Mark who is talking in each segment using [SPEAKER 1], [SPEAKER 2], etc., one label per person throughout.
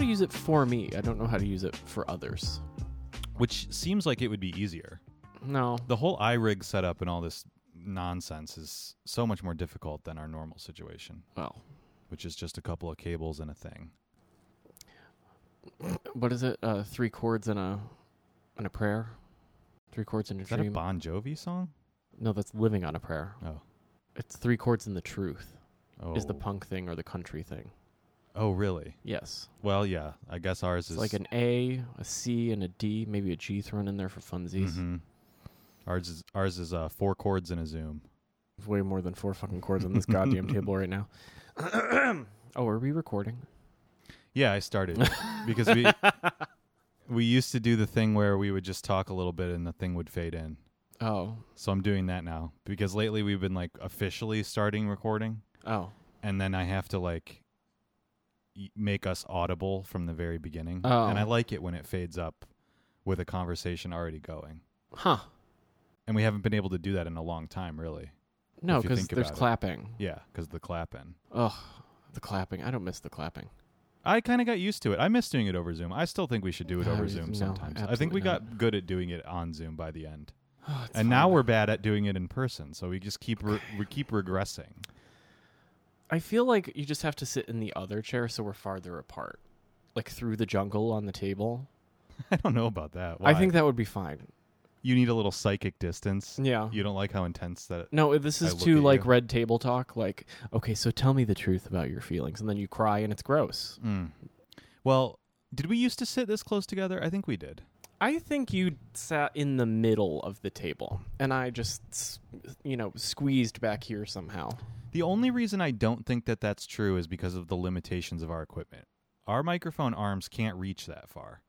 [SPEAKER 1] use it for me. I don't know how to use it for others.
[SPEAKER 2] which seems like it would be easier.
[SPEAKER 1] No.
[SPEAKER 2] The whole iRig setup and all this nonsense is so much more difficult than our normal situation,
[SPEAKER 1] Well,
[SPEAKER 2] which is just a couple of cables and a thing.
[SPEAKER 1] what is it? Uh, three chords and a and a prayer. Three chords and a
[SPEAKER 2] Is that a
[SPEAKER 1] dream.
[SPEAKER 2] Bon Jovi song?
[SPEAKER 1] no, that's living on a prayer.
[SPEAKER 2] Oh.
[SPEAKER 1] It's three chords and the truth.
[SPEAKER 2] Oh.
[SPEAKER 1] Is the punk thing or the country thing?
[SPEAKER 2] Oh, really?
[SPEAKER 1] Yes.
[SPEAKER 2] Well, yeah. I guess ours
[SPEAKER 1] It's
[SPEAKER 2] is
[SPEAKER 1] like an A, a C, and a D, maybe a G thrown in there for funsies.
[SPEAKER 2] Mhm. Ours is ours is uh, four chords and a zoom.
[SPEAKER 1] There's way more than four fucking chords on this goddamn table right now. oh, are we recording?
[SPEAKER 2] Yeah, I started because we we used to do the thing where we would just talk a little bit and the thing would fade in.
[SPEAKER 1] Oh.
[SPEAKER 2] So I'm doing that now because lately we've been like officially starting recording
[SPEAKER 1] Oh.
[SPEAKER 2] and then I have to like y- make us audible from the very beginning.
[SPEAKER 1] Oh.
[SPEAKER 2] And I like it when it fades up with a conversation already going.
[SPEAKER 1] Huh.
[SPEAKER 2] And we haven't been able to do that in a long time, really.
[SPEAKER 1] No,
[SPEAKER 2] If you
[SPEAKER 1] because
[SPEAKER 2] think
[SPEAKER 1] there's
[SPEAKER 2] about it.
[SPEAKER 1] clapping.
[SPEAKER 2] Yeah, cuz the clapping.
[SPEAKER 1] Ugh, the clapping. I don't miss the clapping.
[SPEAKER 2] I kind of got used to it. I miss doing it over Zoom. I still think we should do it
[SPEAKER 1] No,
[SPEAKER 2] over
[SPEAKER 1] you-
[SPEAKER 2] Zoom
[SPEAKER 1] Oh, no,
[SPEAKER 2] sometimes. I think
[SPEAKER 1] absolutely
[SPEAKER 2] we got
[SPEAKER 1] not.
[SPEAKER 2] good at doing it on Zoom by the end.
[SPEAKER 1] Oh, it's
[SPEAKER 2] and now
[SPEAKER 1] fun.
[SPEAKER 2] we're bad at doing it in person, so we just keep re- we keep regressing.
[SPEAKER 1] I feel like you just have to sit in the other chair so we're farther apart, like through the jungle on the table.
[SPEAKER 2] I don't know about that.
[SPEAKER 1] I think that would be fine.
[SPEAKER 2] you need a little psychic distance.
[SPEAKER 1] Yeah.
[SPEAKER 2] You don't like how intense that.
[SPEAKER 1] No, this
[SPEAKER 2] I
[SPEAKER 1] is
[SPEAKER 2] look
[SPEAKER 1] too
[SPEAKER 2] at
[SPEAKER 1] like
[SPEAKER 2] you.
[SPEAKER 1] red table talk. Like, okay, so tell me the truth about your feelings, and then you cry and it's gross.
[SPEAKER 2] Mm. Well, did we used to sit this close together? I think we did.
[SPEAKER 1] I think you sat in the middle of the table, and I just, s- you know, squeezed back here somehow.
[SPEAKER 2] The only reason I don't think that that's true is because of the limitations of our equipment. Our microphone arms can't reach that far,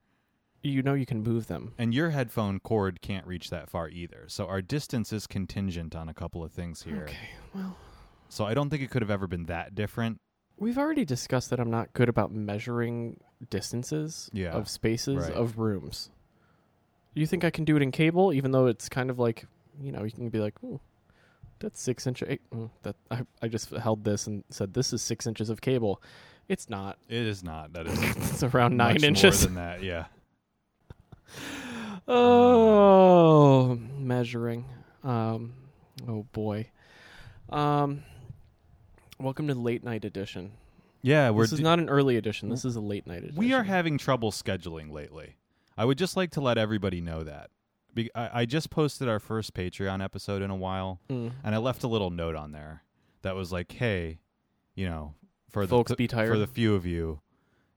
[SPEAKER 1] You know, you can move them.
[SPEAKER 2] and your headphone cord can't reach that far either. So our distance is contingent on a couple of things here.
[SPEAKER 1] Okay, well,
[SPEAKER 2] So I don't think it could have ever been that different.
[SPEAKER 1] We've already discussed that I'm not good about measuring distances
[SPEAKER 2] Yeah,
[SPEAKER 1] of spaces
[SPEAKER 2] right.
[SPEAKER 1] of rooms. You think I can do it in cable, even though it's kind of like you know you can be like, Ooh, that's six inch. Eight, mm, that I I just held this and said this is six inches of cable. It's not.
[SPEAKER 2] It is not. That is
[SPEAKER 1] It's around nine
[SPEAKER 2] much more
[SPEAKER 1] inches.
[SPEAKER 2] than that. Yeah.
[SPEAKER 1] Oh, measuring. Um, oh boy. Um, welcome to late night edition.
[SPEAKER 2] Yeah, we're
[SPEAKER 1] this is
[SPEAKER 2] d-
[SPEAKER 1] not an early edition. This is a late night edition.
[SPEAKER 2] we are having trouble scheduling lately. I would just like to let everybody know that. Be- I, I just posted our first Patreon episode in a while,
[SPEAKER 1] Mm.
[SPEAKER 2] and I left a little note on there that was like, "Hey, you know, for the
[SPEAKER 1] Folks,
[SPEAKER 2] th-
[SPEAKER 1] be tired.
[SPEAKER 2] for the few of you,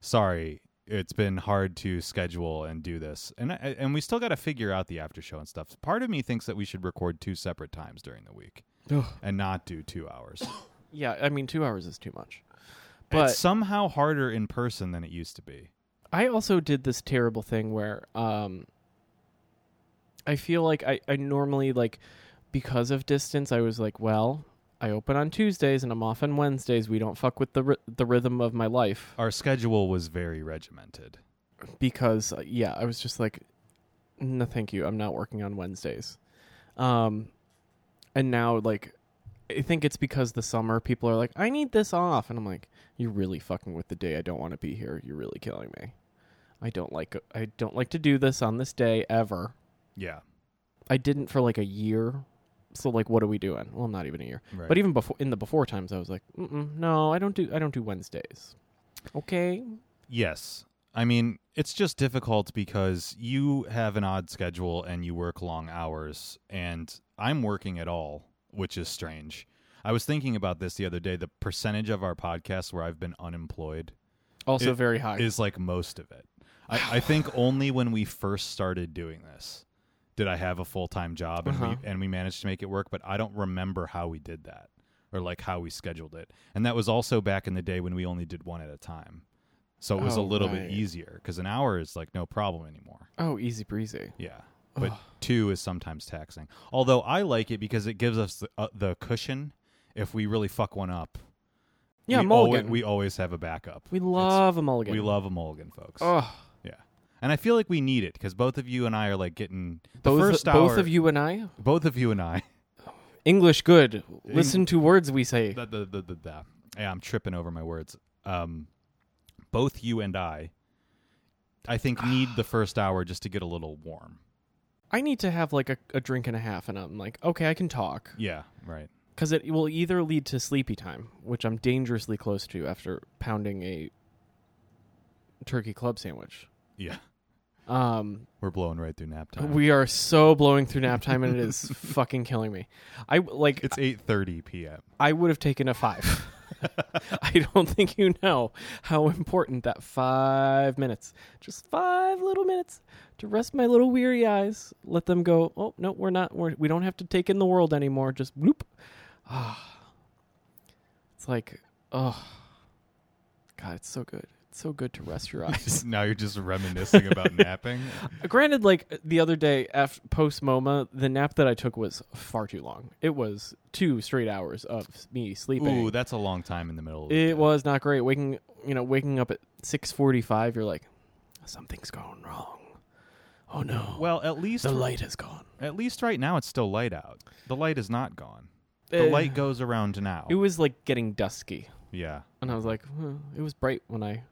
[SPEAKER 2] sorry." It's been hard to schedule and do this, and I, and we still got to figure out the after show and stuff. Part of me thinks that we should record two separate times during the week
[SPEAKER 1] Ugh.
[SPEAKER 2] and not do two hours.
[SPEAKER 1] Yeah, I mean, two hours is too much.
[SPEAKER 2] it's
[SPEAKER 1] But
[SPEAKER 2] somehow harder in person than it used to be.
[SPEAKER 1] I also did this terrible thing where um, I feel like I, I normally, like, because of distance, I was like, well, I open on Tuesdays and I'm off on Wednesdays. We don't fuck with the, ry- the rhythm of my life.
[SPEAKER 2] Our schedule was very regimented.
[SPEAKER 1] because uh, yeah, I was just like, no, thank you. I'm not working on Wednesdays. Um, and now like, I think it's because the summer people are like, I need this off, and I'm like, you're really fucking with the day. I don't want to be here. You're really killing me. I don't like. I don't like to do this on this day ever.
[SPEAKER 2] Yeah.
[SPEAKER 1] I didn't for like a year. So like, what are we doing? Well, not even a year.
[SPEAKER 2] Right.
[SPEAKER 1] But even before in the before times, I was like, Mm-mm, no, I don't do. I don't do Wednesdays. Okay.
[SPEAKER 2] yes. I mean, it's just difficult because you have an odd schedule and you work long hours, and I'm working at all, which is strange. I was thinking about this the other day. The percentage of our podcast where I've been unemployed
[SPEAKER 1] Also
[SPEAKER 2] It
[SPEAKER 1] very high.
[SPEAKER 2] is like most of it. I, I think only when we first started doing this did I have a full time job and
[SPEAKER 1] Uh-huh.
[SPEAKER 2] we and we managed to make it work, but I don't remember how we did that or like how we scheduled it. And that was also back in the day when we only did one at a time. So it was a
[SPEAKER 1] Oh,
[SPEAKER 2] little
[SPEAKER 1] right.
[SPEAKER 2] bit easier because an hour is like no problem anymore.
[SPEAKER 1] oh, easy breezy.
[SPEAKER 2] Yeah. But two is sometimes taxing. Although I like it because it gives us the, uh, the cushion if we really fuck one up.
[SPEAKER 1] Yeah,
[SPEAKER 2] we alwa-
[SPEAKER 1] mulligan.
[SPEAKER 2] we always have a backup.
[SPEAKER 1] we
[SPEAKER 2] It's-
[SPEAKER 1] love a mulligan. Oh,
[SPEAKER 2] we love a mulligan, folks.
[SPEAKER 1] Ugh.
[SPEAKER 2] Yeah. And I feel like we need it because both of you and I are like getting the
[SPEAKER 1] both,
[SPEAKER 2] first hour.
[SPEAKER 1] both of you and I.
[SPEAKER 2] both of you and I.
[SPEAKER 1] English good. Listen to words we say.
[SPEAKER 2] the, the, the, the, the- Yeah, I'm tripping over my words. Um, both you and I I think need the first hour just to get a little warm.
[SPEAKER 1] I need to have like a, a drink and a half, and I'm like, okay, I can talk.
[SPEAKER 2] Yeah, right.
[SPEAKER 1] Because it will either lead to sleepy time, which I'm dangerously close to after pounding a turkey club sandwich.
[SPEAKER 2] Yeah.
[SPEAKER 1] Um,
[SPEAKER 2] We're blowing right through nap time.
[SPEAKER 1] we are so blowing through nap time, and it is fucking killing me. I like
[SPEAKER 2] it's 8:30 p.m.
[SPEAKER 1] I would have taken a five. I don't think you know how important that five minutes, just five little minutes, to rest my little weary eyes. Let them go. Oh no, we're not. We're, we don't have to take in the world anymore. Just bloop. Ah, it's like oh, God, it's so good. It's so good to rest your eyes.
[SPEAKER 2] now you're just reminiscing about napping.
[SPEAKER 1] Granted, like the other day, after post MoMA, the nap that I took was far too long. It was two straight hours of me sleeping.
[SPEAKER 2] Ooh, that's a long time in the middle. Of the day.
[SPEAKER 1] It was not great. Waking, you know, waking up at six forty-five, you're like, something's going wrong. Oh no,
[SPEAKER 2] Well, at least
[SPEAKER 1] the light is gone.
[SPEAKER 2] at least right now it's still light out. The light is not gone. The
[SPEAKER 1] Eh.
[SPEAKER 2] light goes around now.
[SPEAKER 1] It was like getting dusky,
[SPEAKER 2] yeah.
[SPEAKER 1] and I was like, "Huh, it was bright when I.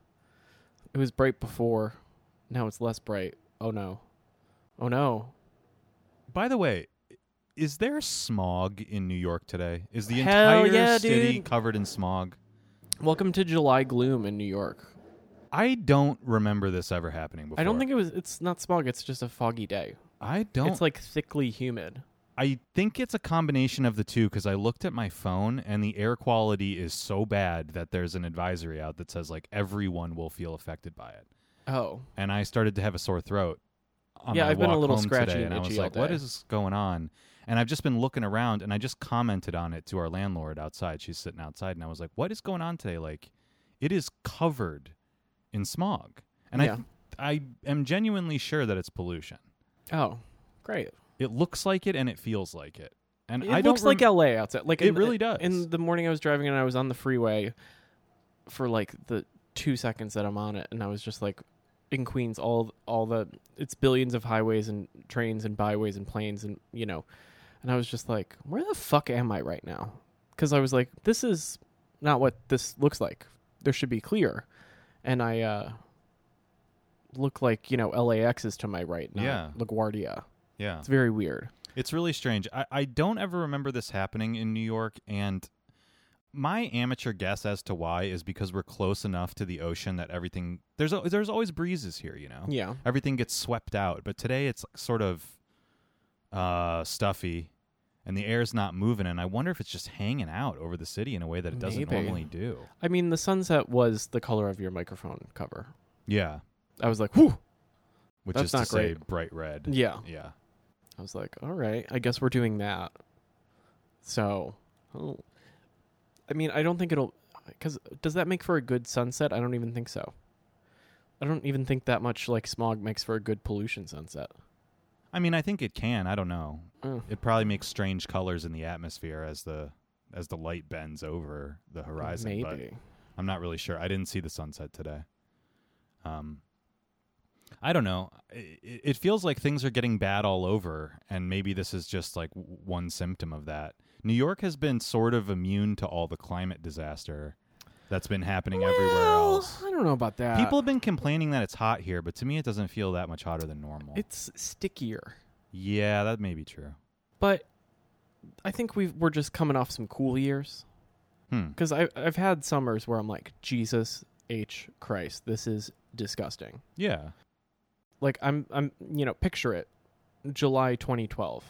[SPEAKER 1] It was bright before. Now it's less bright. Oh no, oh no.
[SPEAKER 2] By the way, is there smog in New York today? Is the
[SPEAKER 1] Hell
[SPEAKER 2] entire
[SPEAKER 1] yeah,
[SPEAKER 2] city
[SPEAKER 1] dude.
[SPEAKER 2] covered in smog?
[SPEAKER 1] Welcome to July gloom in New York.
[SPEAKER 2] I don't remember this ever happening before.
[SPEAKER 1] I don't think it was. It's not smog. It's just a foggy day.
[SPEAKER 2] I don't
[SPEAKER 1] It's like thickly humid.
[SPEAKER 2] I think it's a combination of the two because I looked at my phone and the air quality is so bad that there's an advisory out that says like everyone will feel affected by it.
[SPEAKER 1] Oh,
[SPEAKER 2] And I started to have a sore throat. On
[SPEAKER 1] Yeah,
[SPEAKER 2] my
[SPEAKER 1] I've been a
[SPEAKER 2] walk
[SPEAKER 1] little
[SPEAKER 2] home
[SPEAKER 1] scratchy
[SPEAKER 2] today,
[SPEAKER 1] and
[SPEAKER 2] and I was
[SPEAKER 1] itchy all
[SPEAKER 2] like, "What
[SPEAKER 1] day."
[SPEAKER 2] is going on?" And I've just been looking around, and I just commented on it to our landlord outside. She's sitting outside, and I was like, "What is going on today? Like, it is covered in smog." And
[SPEAKER 1] Yeah.
[SPEAKER 2] I, I am genuinely sure that it's pollution.
[SPEAKER 1] oh, great.
[SPEAKER 2] It looks like it, and it feels like it. And
[SPEAKER 1] It
[SPEAKER 2] I don't
[SPEAKER 1] looks like LA outside. Like
[SPEAKER 2] It
[SPEAKER 1] in the-
[SPEAKER 2] really does.
[SPEAKER 1] In the morning, I was driving and I was on the freeway for like the two seconds that I'm on it, and I was just like, in Queens, all all the it's billions of highways and trains and byways and planes and you know, and I was just like, where the fuck am I right now? Because I was like, this is not what this looks like. There should be clear, and I uh look like you know LAX is to my right, not
[SPEAKER 2] Yeah.
[SPEAKER 1] LaGuardia.
[SPEAKER 2] Yeah.
[SPEAKER 1] It's very weird.
[SPEAKER 2] It's really strange. I, I don't ever remember this happening in New York. And my amateur guess as to why is because we're close enough to the ocean that everything, there's, al- there's always breezes here, you know?
[SPEAKER 1] Yeah.
[SPEAKER 2] Everything gets swept out. But today it's like sort of uh, stuffy and the air's not moving. And I wonder if it's just hanging out over the city in a way that it doesn't
[SPEAKER 1] Maybe.
[SPEAKER 2] normally do.
[SPEAKER 1] I mean, the sunset was the color of your microphone cover.
[SPEAKER 2] Yeah.
[SPEAKER 1] I was like, whew.
[SPEAKER 2] Which
[SPEAKER 1] That's
[SPEAKER 2] is to
[SPEAKER 1] not
[SPEAKER 2] say
[SPEAKER 1] great.
[SPEAKER 2] bright red.
[SPEAKER 1] Yeah.
[SPEAKER 2] Yeah.
[SPEAKER 1] I was like, all right, I guess we're doing that. So, oh. I mean, I don't think it'll. Because does that make for a good sunset? I don't even think so. I don't even think that much like smog makes for a good pollution sunset.
[SPEAKER 2] I mean, I think it can. I don't know.
[SPEAKER 1] Mm.
[SPEAKER 2] It probably makes strange colors in the atmosphere as the as the light bends over the horizon. But
[SPEAKER 1] Maybe.
[SPEAKER 2] I'm not really sure. I didn't see the sunset today. Um, I don't know. It, it feels like things are getting bad all over, and maybe this is just like w- one symptom of that. New York has been sort of immune to all the climate disaster that's been happening everywhere
[SPEAKER 1] Well, uh,
[SPEAKER 2] else.
[SPEAKER 1] I don't know about that.
[SPEAKER 2] People have been complaining that it's hot here, but to me, it doesn't feel that much hotter than normal.
[SPEAKER 1] It's stickier.
[SPEAKER 2] yeah, that may be true.
[SPEAKER 1] But I think we've, we're just coming off some cool years.
[SPEAKER 2] Hmm.
[SPEAKER 1] because I've had summers where I'm like, Jesus H Christ, this is disgusting.
[SPEAKER 2] Yeah.
[SPEAKER 1] Like I'm I'm you know picture it, July 2012,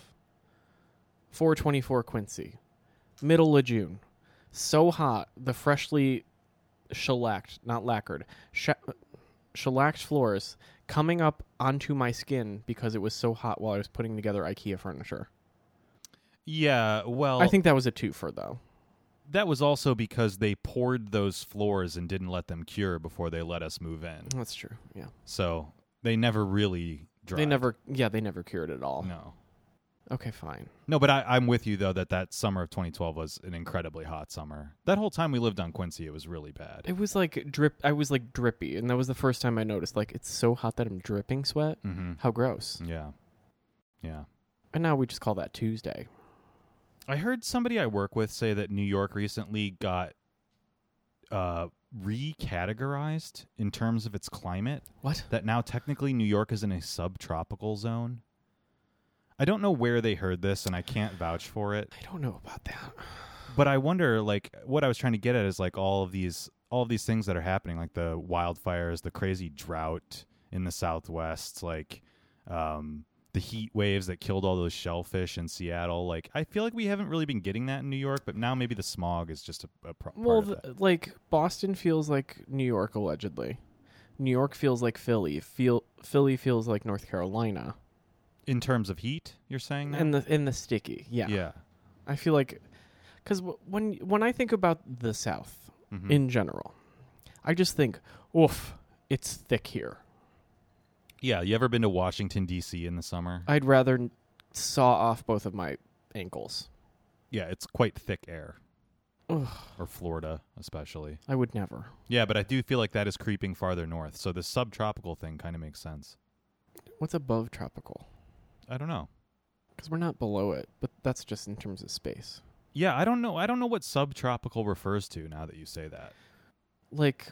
[SPEAKER 1] 424 Quincy, middle of June, so hot the freshly shellacked, not lacquered, sh- shellacked floors coming up onto my skin because it was so hot while I was putting together IKEA furniture.
[SPEAKER 2] Yeah, well,
[SPEAKER 1] I think that was a twofer though.
[SPEAKER 2] that was also because they poured those floors and didn't let them cure before they let us move in.
[SPEAKER 1] That's true. Yeah,
[SPEAKER 2] So they never really dried.
[SPEAKER 1] they never yeah they never cured it at all.
[SPEAKER 2] No,
[SPEAKER 1] Okay, fine.
[SPEAKER 2] no, but I, I'm with you though that that summer of 2012 was an incredibly hot summer. That whole time we lived on Quincy, it was really bad.
[SPEAKER 1] It was like drip. I was like drippy, and that was the first time I noticed. Like it's so hot that I'm dripping sweat.
[SPEAKER 2] mm-hmm.
[SPEAKER 1] How gross!
[SPEAKER 2] Yeah, yeah.
[SPEAKER 1] And now we just call that Tuesday.
[SPEAKER 2] I heard somebody I work with say that New York recently got uh recategorized in terms of its climate
[SPEAKER 1] What?
[SPEAKER 2] that now technically New York is in a subtropical zone. I don't know where they heard this and I can't vouch for it,
[SPEAKER 1] I don't know about that.
[SPEAKER 2] but I wonder like what I was trying to get at is like all of these all of these things that are happening like the wildfires, the crazy drought in the southwest, like um the heat waves that killed all those shellfish in Seattle. Like I feel like we haven't really been getting that in New York, but now maybe the smog is just a, a pro-
[SPEAKER 1] Well,
[SPEAKER 2] part of
[SPEAKER 1] th-
[SPEAKER 2] that.
[SPEAKER 1] like Boston feels like New York allegedly. New York feels like Philly. Feel Philly feels like North Carolina.
[SPEAKER 2] in terms of heat, you're saying that?
[SPEAKER 1] And the in the sticky. Mm. Yeah.
[SPEAKER 2] yeah.
[SPEAKER 1] I feel like cuz w- when when I think about the South
[SPEAKER 2] Mhm.
[SPEAKER 1] in general, I just think, "Oof, it's thick here."
[SPEAKER 2] Yeah, you ever been to Washington D.C. in the summer?
[SPEAKER 1] I'd rather n- saw off both of my ankles.
[SPEAKER 2] yeah, it's quite thick air.
[SPEAKER 1] Ugh.
[SPEAKER 2] Or Florida, especially.
[SPEAKER 1] I would never.
[SPEAKER 2] Yeah, but I do feel like that is creeping farther north. So the subtropical thing kind of makes sense.
[SPEAKER 1] What's above tropical?
[SPEAKER 2] I don't know.
[SPEAKER 1] Cuz we're not below it, but that's just in terms of space.
[SPEAKER 2] Yeah, I don't know. I don't know what subtropical refers to now that you say that.
[SPEAKER 1] Like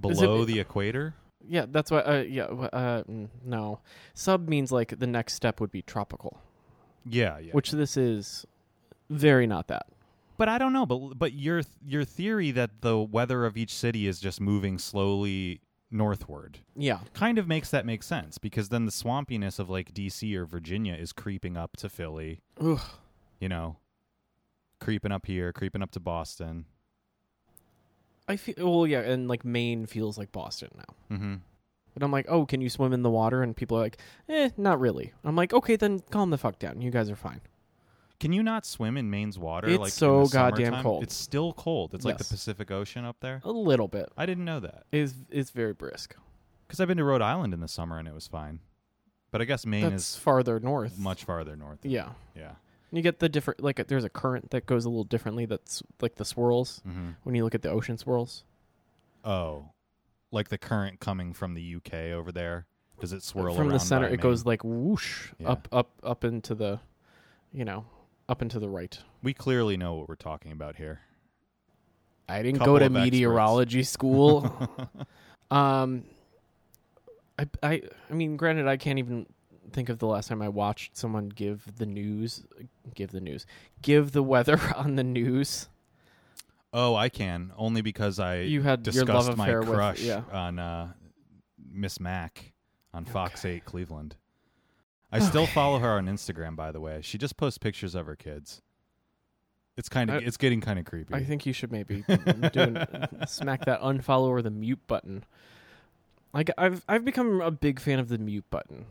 [SPEAKER 2] Below the equator?
[SPEAKER 1] Yeah, that's why. Uh, yeah, wh- uh, mm, no. Sub means like the next step would be tropical,
[SPEAKER 2] Yeah, yeah.
[SPEAKER 1] which this is very not that.
[SPEAKER 2] But I don't know. But but your your theory that the weather of each city is just moving slowly northward
[SPEAKER 1] Yeah,
[SPEAKER 2] kind of makes that make sense because then the swampiness of like DC or Virginia is creeping up to Philly.
[SPEAKER 1] Ugh.
[SPEAKER 2] You know, creeping up here, creeping up to Boston.
[SPEAKER 1] I feel. Well, yeah, and like Maine feels like Boston now.
[SPEAKER 2] Mm-hmm.
[SPEAKER 1] And I'm like, oh, can you swim in the water? And people are like, eh, not really. I'm like, okay, then calm the fuck down. You guys are fine.
[SPEAKER 2] Can you not swim in Maine's water?
[SPEAKER 1] It's
[SPEAKER 2] like in
[SPEAKER 1] so
[SPEAKER 2] the
[SPEAKER 1] goddamn
[SPEAKER 2] summertime?
[SPEAKER 1] cold.
[SPEAKER 2] It's still cold. It's like the
[SPEAKER 1] Yes.
[SPEAKER 2] Pacific Ocean up there.
[SPEAKER 1] A little bit
[SPEAKER 2] I didn't know that
[SPEAKER 1] is is very brisk.
[SPEAKER 2] because I've been to Rhode Island in the summer and it was fine. But I guess Maine
[SPEAKER 1] That's farther north.
[SPEAKER 2] is much farther north.
[SPEAKER 1] Yeah,
[SPEAKER 2] Yeah.
[SPEAKER 1] you get the different. Like, there's a current that goes a little differently. That's like the swirls
[SPEAKER 2] hmm
[SPEAKER 1] when you look at the ocean swirls.
[SPEAKER 2] Oh, like the current coming from the UK over there. Does it swirl
[SPEAKER 1] from
[SPEAKER 2] around
[SPEAKER 1] the center
[SPEAKER 2] by
[SPEAKER 1] it
[SPEAKER 2] Maine?
[SPEAKER 1] goes like whoosh
[SPEAKER 2] Yeah.
[SPEAKER 1] up up up into the you know up into the right
[SPEAKER 2] We clearly know what we're talking about here.
[SPEAKER 1] i didn't
[SPEAKER 2] Couple
[SPEAKER 1] go to
[SPEAKER 2] of experts.
[SPEAKER 1] meteorology school um I, I i mean granted i can't even think of the last time i watched someone give the news give the news give the weather on the news
[SPEAKER 2] Oh, I can only because I
[SPEAKER 1] you had your
[SPEAKER 2] discussed
[SPEAKER 1] love
[SPEAKER 2] my
[SPEAKER 1] affair
[SPEAKER 2] crush
[SPEAKER 1] with yeah
[SPEAKER 2] on uh, Miss Mac on Fox Eight Cleveland. I still follow her on Instagram, by the way. She just posts pictures of her kids. It's kind
[SPEAKER 1] I-
[SPEAKER 2] of it's getting kind of creepy.
[SPEAKER 1] i think you should maybe doing, smack that unfollow or the mute button like i've i've become a big fan of the mute button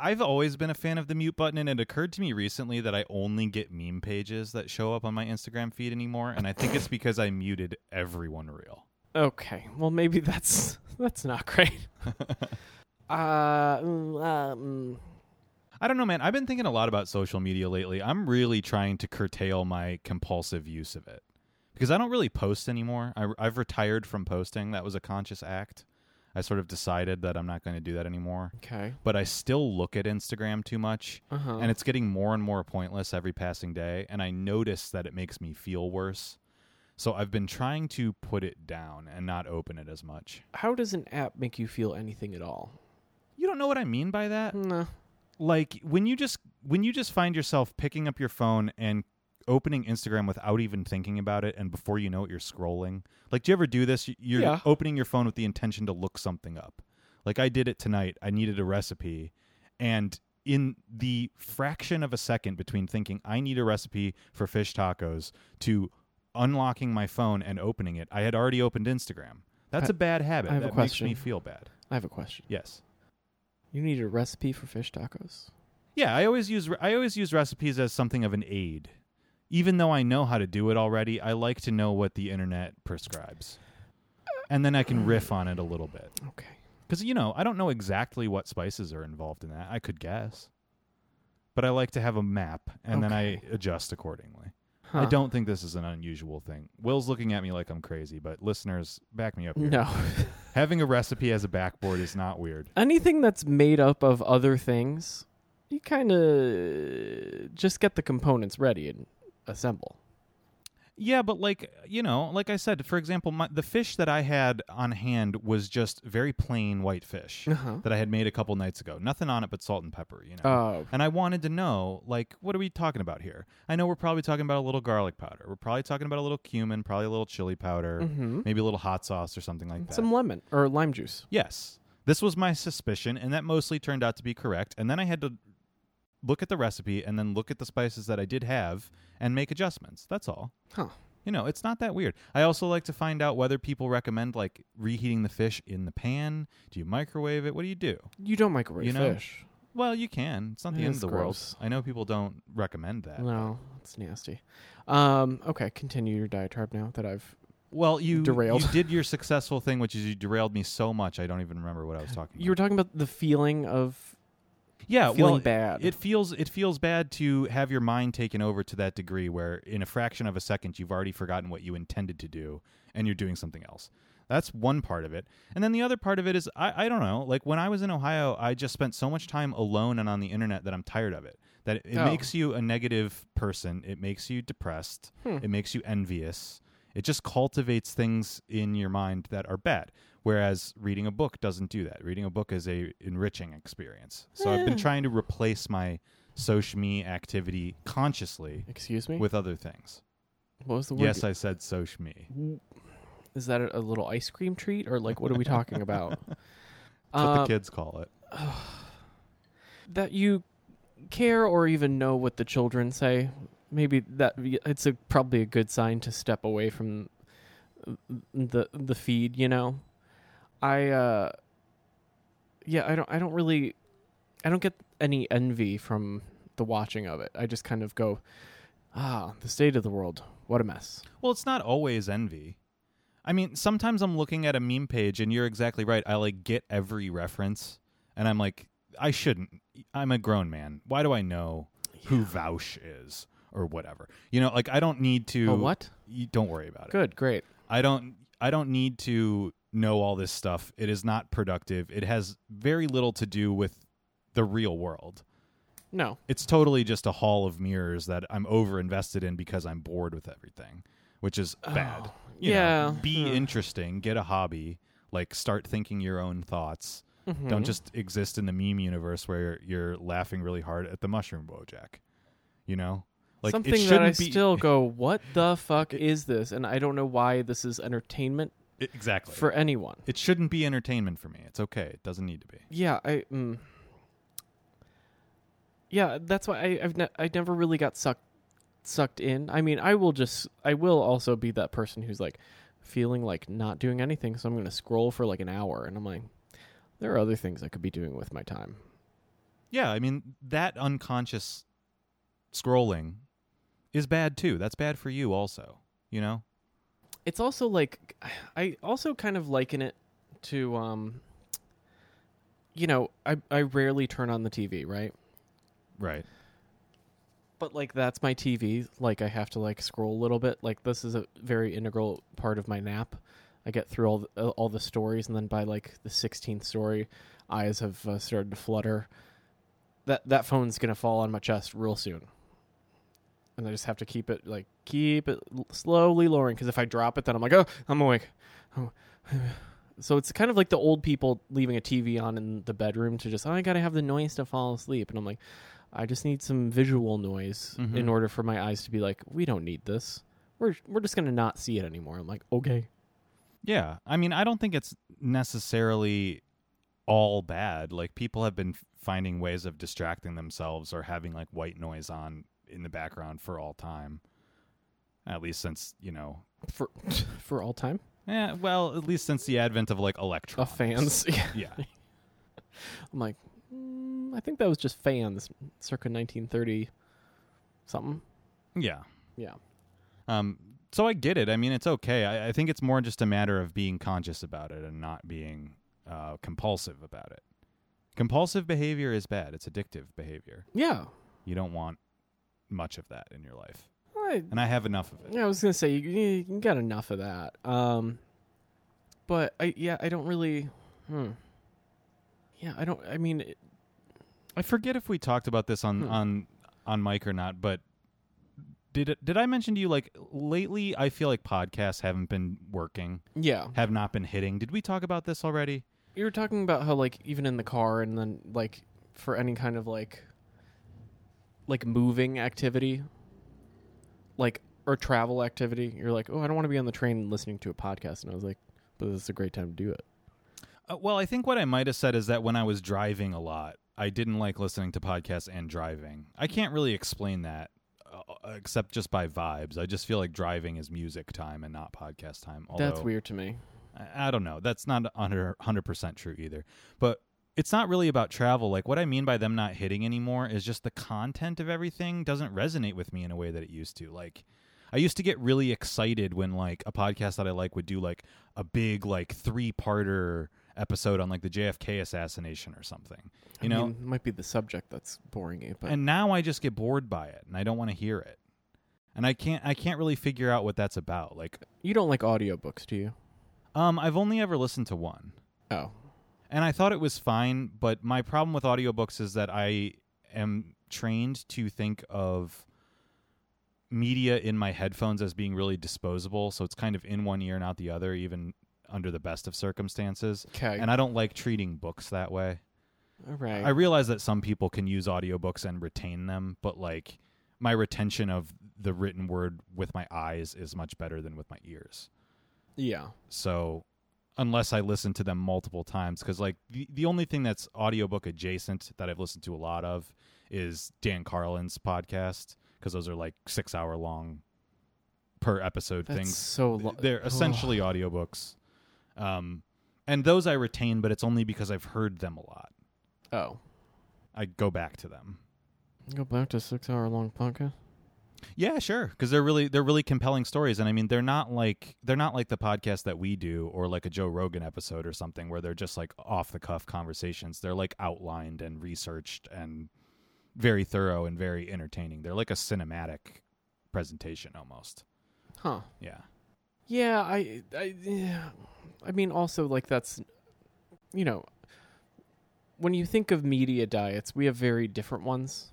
[SPEAKER 2] I've always been a fan of the mute button, and it occurred to me recently that I only get meme pages that show up on my Instagram feed anymore, and I think it's because I muted everyone real.
[SPEAKER 1] Okay. Well, maybe that's that's not great. uh, mm, um,
[SPEAKER 2] I don't know, man. I've been thinking a lot about social media lately. I'm really trying to curtail my compulsive use of it because I don't really post anymore. I, I've retired from posting. That was a conscious act. I sort of decided that I'm not going to do that anymore.
[SPEAKER 1] okay.
[SPEAKER 2] But I still look at Instagram too much,
[SPEAKER 1] Uh huh.
[SPEAKER 2] and it's getting more and more pointless every passing day. And I notice that it makes me feel worse. So I've been trying to put it down and not open it as much.
[SPEAKER 1] How does an app make you feel anything at all?
[SPEAKER 2] You don't know what I mean by that?
[SPEAKER 1] No.
[SPEAKER 2] like when you just when you just find yourself picking up your phone and opening Instagram without even thinking about it and before you know it you're scrolling. Like do you ever do this? Y- You're
[SPEAKER 1] Yeah.
[SPEAKER 2] opening your phone with the intention to look something up. Like I did it tonight. I needed a recipe and in the fraction of a second between thinking I need a recipe for fish tacos to unlocking my phone and opening it, I had already opened Instagram. That's
[SPEAKER 1] I-
[SPEAKER 2] a bad habit.
[SPEAKER 1] I have a
[SPEAKER 2] that makes me
[SPEAKER 1] question.
[SPEAKER 2] feel bad.
[SPEAKER 1] I have a question.
[SPEAKER 2] Yes.
[SPEAKER 1] You need a recipe for fish tacos?
[SPEAKER 2] Yeah, I always use I always use recipes as something of an aid. Even though I know how to do it already, I like to know what the internet prescribes. And then I can riff on it a little bit.
[SPEAKER 1] Okay.
[SPEAKER 2] Cuz you know, I don't know exactly what spices are involved in that. I could guess. But I like to have a map and then I
[SPEAKER 1] Okay. Uh.
[SPEAKER 2] adjust accordingly.
[SPEAKER 1] Huh.
[SPEAKER 2] I don't think this is an unusual thing. Will's looking at me like I'm crazy, but listeners, back me up here.
[SPEAKER 1] No.
[SPEAKER 2] Having a recipe as a backboard is not weird.
[SPEAKER 1] Anything that's made up of other things, you kind of just get the components ready and assemble.
[SPEAKER 2] Yeah, but like you know, like I said, for example, my, the fish that I had on hand was just very plain white fish
[SPEAKER 1] Uh-huh.
[SPEAKER 2] that I had made a couple nights ago. Nothing on it but salt and Uh, pepper. You know.
[SPEAKER 1] Oh,
[SPEAKER 2] And I wanted to know, like, what are we talking about here? I know we're probably talking about a little garlic powder. We're probably talking about a little cumin, probably a little chili powder,
[SPEAKER 1] Mhm.
[SPEAKER 2] maybe a little hot sauce or something like that.
[SPEAKER 1] some lemon or lime juice.
[SPEAKER 2] Yes. This was my suspicion, and that mostly turned out to be correct. And then I had to look at the recipe and then look at the spices that I did have and make adjustments. That's all.
[SPEAKER 1] Huh.
[SPEAKER 2] You know, it's not that weird. I also like to find out whether people recommend like reheating the fish in the pan. Do you microwave it? What do you do?
[SPEAKER 1] You don't microwave
[SPEAKER 2] You know,
[SPEAKER 1] fish.
[SPEAKER 2] Well, you can. It's not the
[SPEAKER 1] It
[SPEAKER 2] end
[SPEAKER 1] is
[SPEAKER 2] of the
[SPEAKER 1] gross.
[SPEAKER 2] world. I know people don't recommend that.
[SPEAKER 1] No, it's nasty. Um, okay, continue your diatribe now that I've.
[SPEAKER 2] Well, you
[SPEAKER 1] Derailed.
[SPEAKER 2] you did your successful thing, which is you derailed me so much I don't even remember what I was talking
[SPEAKER 1] You were
[SPEAKER 2] about.
[SPEAKER 1] talking about the feeling of
[SPEAKER 2] yeah,
[SPEAKER 1] feeling
[SPEAKER 2] well,
[SPEAKER 1] bad.
[SPEAKER 2] It feels it feels bad to have your mind taken over to that degree where in a fraction of a second you've already forgotten what you intended to do and you're doing something else. That's one part of it. And then the other part of it is I, I don't know, like when I was in Ohio, I just spent so much time alone and on the internet that I'm tired of it. That it, it
[SPEAKER 1] Oh.
[SPEAKER 2] makes you a negative person, it makes you depressed,
[SPEAKER 1] Hmm.
[SPEAKER 2] it makes you envious. It just cultivates things in your mind that are bad. Whereas reading a book doesn't do that. Reading a book is a enriching experience. So I've been
[SPEAKER 1] Yeah.
[SPEAKER 2] trying to replace my social me activity consciously
[SPEAKER 1] Excuse me.
[SPEAKER 2] with other things.
[SPEAKER 1] what was the word?
[SPEAKER 2] Yes, I said social me.
[SPEAKER 1] you- Is that a, a little ice cream treat or like what are we talking about?
[SPEAKER 2] That's what
[SPEAKER 1] Um,
[SPEAKER 2] the kids call it.
[SPEAKER 1] that you care or even know what the children say. Maybe that it's a, probably a good sign to step away from the the feed. You know, I uh, yeah, I don't I don't really I don't get any envy from the watching of it. I just kind of go, ah, the state of the world, what a mess.
[SPEAKER 2] Well, it's not always envy. I mean, sometimes I'm looking at a meme page and you're exactly right. I like get every reference and I'm like, I shouldn't. I'm a grown man. Why do I know who Vouch is or whatever? You know, like I don't need to
[SPEAKER 1] A Oh, what?
[SPEAKER 2] You don't worry about it.
[SPEAKER 1] Good, great.
[SPEAKER 2] I don't I don't need to know all this stuff. It is not productive. It has very little to do with the real world.
[SPEAKER 1] No,
[SPEAKER 2] It's totally just a hall of mirrors that I'm over invested in because I'm bored with everything, which is bad. You know,
[SPEAKER 1] Oh, yeah.
[SPEAKER 2] be
[SPEAKER 1] Huh.
[SPEAKER 2] interesting, get a hobby, like start thinking your own thoughts.
[SPEAKER 1] Mm-hmm. Hmm.
[SPEAKER 2] Don't just exist in the meme universe where you're, you're laughing really hard at the mushroom bojack. You know? Like it
[SPEAKER 1] something that I
[SPEAKER 2] shouldn't be-
[SPEAKER 1] still go, what the fuck is this? And I don't know why this is entertainment
[SPEAKER 2] E, exactly.
[SPEAKER 1] for anyone.
[SPEAKER 2] it shouldn't be entertainment for me. It's okay. It doesn't need to be.
[SPEAKER 1] Yeah, I. Mm, yeah, that's why I, I've ne- I never really got sucked sucked in. I mean, I will just I will also be that person who's like feeling like not doing anything, so I'm going to scroll for like an hour, and I'm like, there are other things I could be doing with my time.
[SPEAKER 2] Yeah, I mean that unconscious scrolling is bad too. That's bad for you also, you know?
[SPEAKER 1] it's also like I also kind of liken it to um you know, I I rarely turn on the TV, right?
[SPEAKER 2] Right.
[SPEAKER 1] But like that's my TV, like I have to like scroll a little bit. Like this is a very integral part of my nap. I get through all the, uh, all the stories and then by like the 16th story, eyes have uh, started to flutter. That that phone's going to fall on my chest real soon. And I just have to keep it like keep it l- slowly lowering because if I drop it then I'm like, "Oh, I'm awake." Oh. So it's kind of like the old people leaving a TV on in the bedroom to just, "Oh, I got to have the noise to fall asleep." And I'm like, "I just need some visual noise
[SPEAKER 2] Mhm.
[SPEAKER 1] in order for my eyes to be like, we don't need this. We're we're just going to not see it anymore." I'm like, "Okay."
[SPEAKER 2] Yeah. I mean, I don't think it's necessarily all bad. Like people have been f- finding ways of distracting themselves or having like white noise on in the background for all time. At least since, you know,
[SPEAKER 1] for for all time
[SPEAKER 2] eh, well, at least since the advent of like electronics.
[SPEAKER 1] of fans. Yeah.
[SPEAKER 2] Yeah.
[SPEAKER 1] I'm like, mm, I think that was just fans, circa 1930, something.
[SPEAKER 2] Yeah.
[SPEAKER 1] Yeah.
[SPEAKER 2] Um, so I get it. I mean, it's okay. I, I think it's more just a matter of being conscious about it and not being uh, compulsive about it. Compulsive behavior is bad. It's addictive behavior.
[SPEAKER 1] Yeah.
[SPEAKER 2] You don't want much of that in your life.
[SPEAKER 1] I,
[SPEAKER 2] And I have enough of it.
[SPEAKER 1] yeah, I was gonna say you, you you got enough of that. Um, but I yeah I don't really. Hmm. Yeah, I don't. I mean, it-
[SPEAKER 2] I forget if we talked about this on
[SPEAKER 1] Hmm.
[SPEAKER 2] on on mic or not, but did did I mention to you like lately? I feel like podcasts haven't been working,
[SPEAKER 1] Yeah.
[SPEAKER 2] have not been hitting. Did we talk about this already?
[SPEAKER 1] You were talking about how like even in the car and then like for any kind of like like moving activity like or travel activity, you're like, "Oh, I don't want to be on the train listening to a podcast." And I was like, "But this is a great time to do it."
[SPEAKER 2] Uh, well, I think what I might have said is that when I was driving a lot, I didn't like listening to podcasts and driving. I can't really explain that uh, except just by vibes. I just feel like driving is music time and not podcast time. Although,
[SPEAKER 1] That's weird to me.
[SPEAKER 2] I, I don't know. That's not under 100% true either. But it's not really about travel. Like what I mean by them not hitting anymore is just the content of everything doesn't resonate with me in a way that it used to. Like I used to get really excited when like a podcast that I like would do like a big like three-parter episode on like the JFK assassination or something. You
[SPEAKER 1] I
[SPEAKER 2] know?
[SPEAKER 1] mean, it might be the subject that's boring you, but
[SPEAKER 2] and now I just get bored by it and I don't want to hear it. And I can't I can't really figure out what that's about. Like
[SPEAKER 1] you don't like audiobooks, do you?
[SPEAKER 2] um I've only ever listened to one.
[SPEAKER 1] Oh.
[SPEAKER 2] And I thought it was fine, but my problem with audiobooks is that I am trained to think of media in my headphones as being really disposable, so it's kind of in one ear and out the other even under the best of circumstances.
[SPEAKER 1] Okay.
[SPEAKER 2] And I don't like treating books that way.
[SPEAKER 1] All right.
[SPEAKER 2] I realize that some people can use audiobooks and retain them, but like my retention of the written word with my eyes is much better than with my ears.
[SPEAKER 1] yeah.
[SPEAKER 2] So unless I listen to them multiple times cuz like the, the only thing that's audiobook adjacent that I've listened to a lot of is Dan Carlin's podcast cuz those are like 6 hour long per episode
[SPEAKER 1] That's
[SPEAKER 2] things.
[SPEAKER 1] so lo-
[SPEAKER 2] They're essentially audiobooks. Um and those I retain but it's only because I've heard them a lot.
[SPEAKER 1] Oh.
[SPEAKER 2] I go back to them.
[SPEAKER 1] Go back to 6-hour long podcast.
[SPEAKER 2] Yeah, sure. Because they're really they're really compelling stories, and I mean they're not like they're not like the podcast that we do or like a Joe Rogan episode or something where they're just like off the cuff conversations. They're like outlined and researched and very thorough and very entertaining. They're like a cinematic presentation almost.
[SPEAKER 1] Huh.
[SPEAKER 2] Yeah.
[SPEAKER 1] Yeah, I, I, yeah. I mean, also like that's, you know, when you think of media diets, we have very different ones.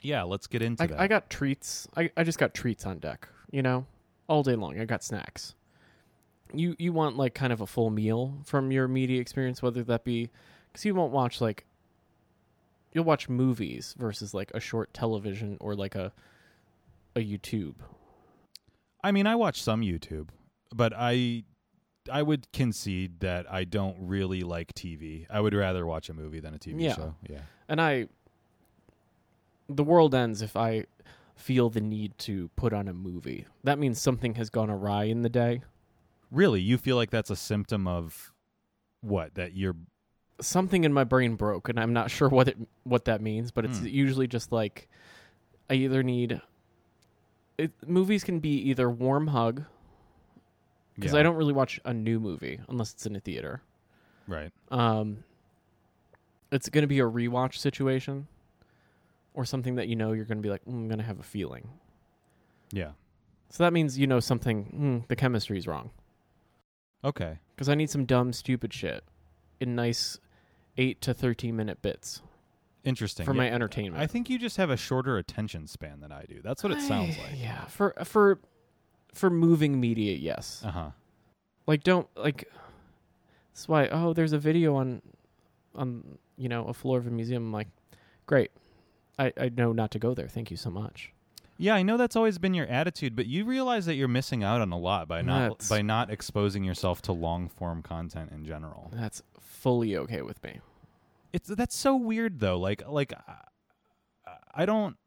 [SPEAKER 2] Yeah. Let's get into
[SPEAKER 1] I,
[SPEAKER 2] that.
[SPEAKER 1] I got treats. I, I just got treats on deck. You know, all day long. I got snacks. You you want like kind of a full meal from your media experience, whether that be because you won't watch like you'll watch movies versus like a short television or like a a YouTube.
[SPEAKER 2] I mean, I watch some YouTube, but I I would concede that I don't really like TV. I would rather watch a movie than a TV
[SPEAKER 1] Yeah.
[SPEAKER 2] show. Yeah.
[SPEAKER 1] and I the world ends if I feel the need to put on a movie. That means something has gone awry in the day.
[SPEAKER 2] Really, you feel like that's a symptom of what? That you're
[SPEAKER 1] Something in my brain broke and I'm not sure what it what that means, but it's
[SPEAKER 2] Hmm.
[SPEAKER 1] usually just like I either need it, movies can be either warm hug because
[SPEAKER 2] Yeah,
[SPEAKER 1] I don't really watch a new movie unless it's in a theater.
[SPEAKER 2] right.
[SPEAKER 1] Um it's going to be a rewatch situation or something that you know you're going to be like, "Mm, I'm going to have a feeling.
[SPEAKER 2] Yeah.
[SPEAKER 1] So that means you know something. Mm, the chemistry's wrong
[SPEAKER 2] Okay.
[SPEAKER 1] because I need some dumb, stupid shit in nice eight to thirteen minute bits
[SPEAKER 2] Interesting.
[SPEAKER 1] for
[SPEAKER 2] Yeah.
[SPEAKER 1] my entertainment.
[SPEAKER 2] I think you just have a shorter attention span than I do. That's what it sounds
[SPEAKER 1] I-
[SPEAKER 2] like.
[SPEAKER 1] Yeah, for for for moving media, yes.
[SPEAKER 2] Uh huh.
[SPEAKER 1] like don't like. That's why. Oh, there's a video on on you know a floor of a museum. I'm like, great. I I know not to go there. Thank you so much.
[SPEAKER 2] Yeah, I know that's always been your attitude, but you realize that you're missing out on a lot by not
[SPEAKER 1] That's-
[SPEAKER 2] by not exposing yourself to long form content in general.
[SPEAKER 1] That's fully okay with me.
[SPEAKER 2] It's that's so weird though. Like like I- I don't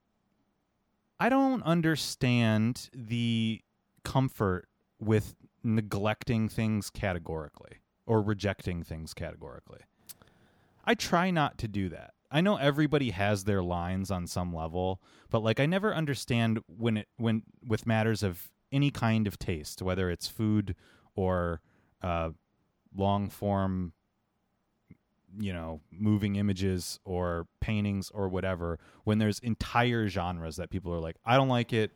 [SPEAKER 2] I don't understand the comfort with neglecting things categorically or rejecting things categorically. I try not to do that. I know everybody has their lines on some level, but like I never understand when it when with matters of any kind of taste, whether it's food or uh long form you know, moving images or paintings or whatever, when there's entire genres that people are like, I don't like it,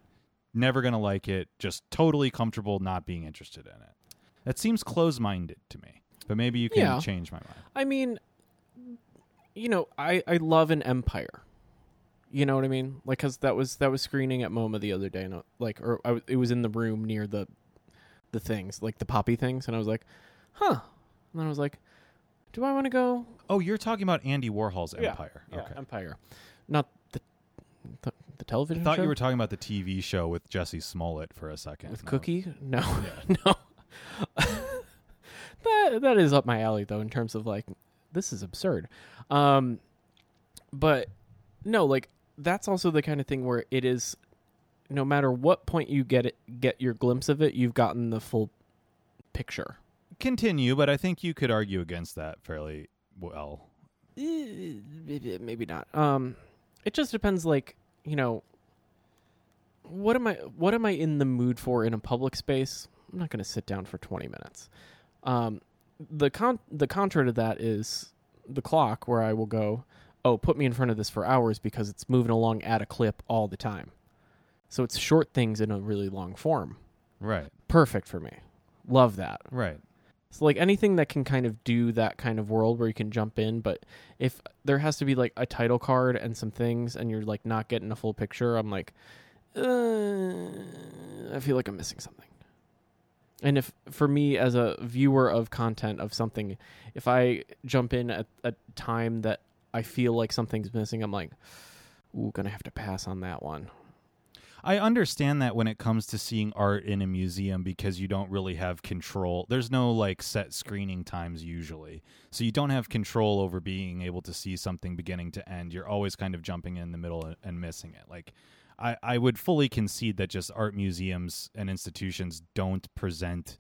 [SPEAKER 2] never gonna like it, just totally comfortable not being interested in it. That seems close minded to me. But maybe you can
[SPEAKER 1] Yeah.
[SPEAKER 2] change my mind.
[SPEAKER 1] I mean, you know, I I love an empire. You know what I mean? Like, cause that was that was screening at MoMA the other day, and I, like, or I, w- it was in the room near the the things, like the poppy things, and I was like, huh. And then I was like, do I want to go?
[SPEAKER 2] Oh, you're talking about Andy Warhol's
[SPEAKER 1] Yeah.
[SPEAKER 2] Empire.
[SPEAKER 1] Yeah,
[SPEAKER 2] okay.
[SPEAKER 1] Empire, not the the, the television.
[SPEAKER 2] I thought
[SPEAKER 1] show?
[SPEAKER 2] you were talking about the TV show with Jesse Smollett for a second.
[SPEAKER 1] with
[SPEAKER 2] No.
[SPEAKER 1] Cookie. No, no. that that is up my alley though in terms of like this is absurd. Um, but no, like that's also the kind of thing where it is. No matter what point you get it, get your glimpse of it, you've gotten the full picture.
[SPEAKER 2] Continue, but I think you could argue against that fairly well.
[SPEAKER 1] Eh, maybe maybe not um it just depends like you know what am i what am i in the mood for in a public space i'm not going to sit down for 20 minutes um the con the contrary to that is the clock where i will go oh put me in front of this for hours because it's moving along at a clip all the time so it's short things in a really long form
[SPEAKER 2] Right.
[SPEAKER 1] perfect for me love that
[SPEAKER 2] Right.
[SPEAKER 1] so like anything that can kind of do that kind of world where you can jump in, but if there has to be like a title card and some things, and you're like not getting a full picture, I'm like, uh, I feel like I'm missing something. And if for me as a viewer of content of something, if I jump in at a time that I feel like something's missing, I'm like, ooh, gonna have to pass on that one.
[SPEAKER 2] I understand that when it comes to seeing art in a museum because you don't really have control. There's no like set screening times usually. So you don't have control over being able to see something beginning to end. You're always kind of jumping in the middle and- and missing it. Like I, I would fully concede that just art museums and institutions don't present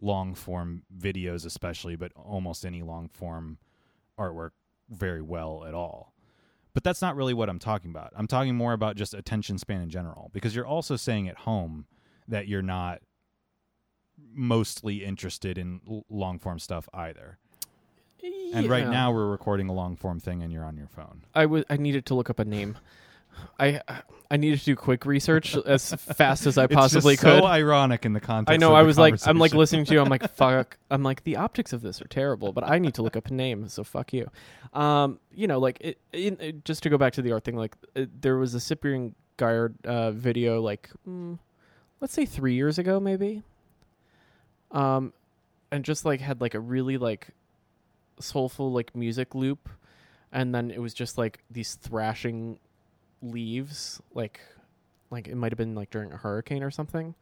[SPEAKER 2] long form videos, especially, but almost any long form artwork very well at all. But that's not really what I'm talking about. I'm talking more about just attention span in general because you're also saying at home that you're not mostly interested in long form stuff either. And right
[SPEAKER 1] Yeah.
[SPEAKER 2] now we're recording a long form thing and you're on your phone.
[SPEAKER 1] I wa- I needed to look up a name. I I needed to do quick research as fast as I possibly
[SPEAKER 2] it's just
[SPEAKER 1] could.
[SPEAKER 2] so ironic in the context.
[SPEAKER 1] I know.
[SPEAKER 2] of
[SPEAKER 1] I
[SPEAKER 2] the
[SPEAKER 1] was like, I'm like
[SPEAKER 2] conversation.
[SPEAKER 1] listening to you. I'm like, fuck. I'm like, the optics of this are terrible, but I need to look up a name. So fuck you. Um, you know, like it, in it, just to go back to the art thing. Like it, there was a Cyprian Guyard uh, video, like mm, let's say three years ago, maybe. Um, and just like had like a really like soulful like music loop, and then it was just like these thrashing leaves, like like it might have been like during a hurricane or something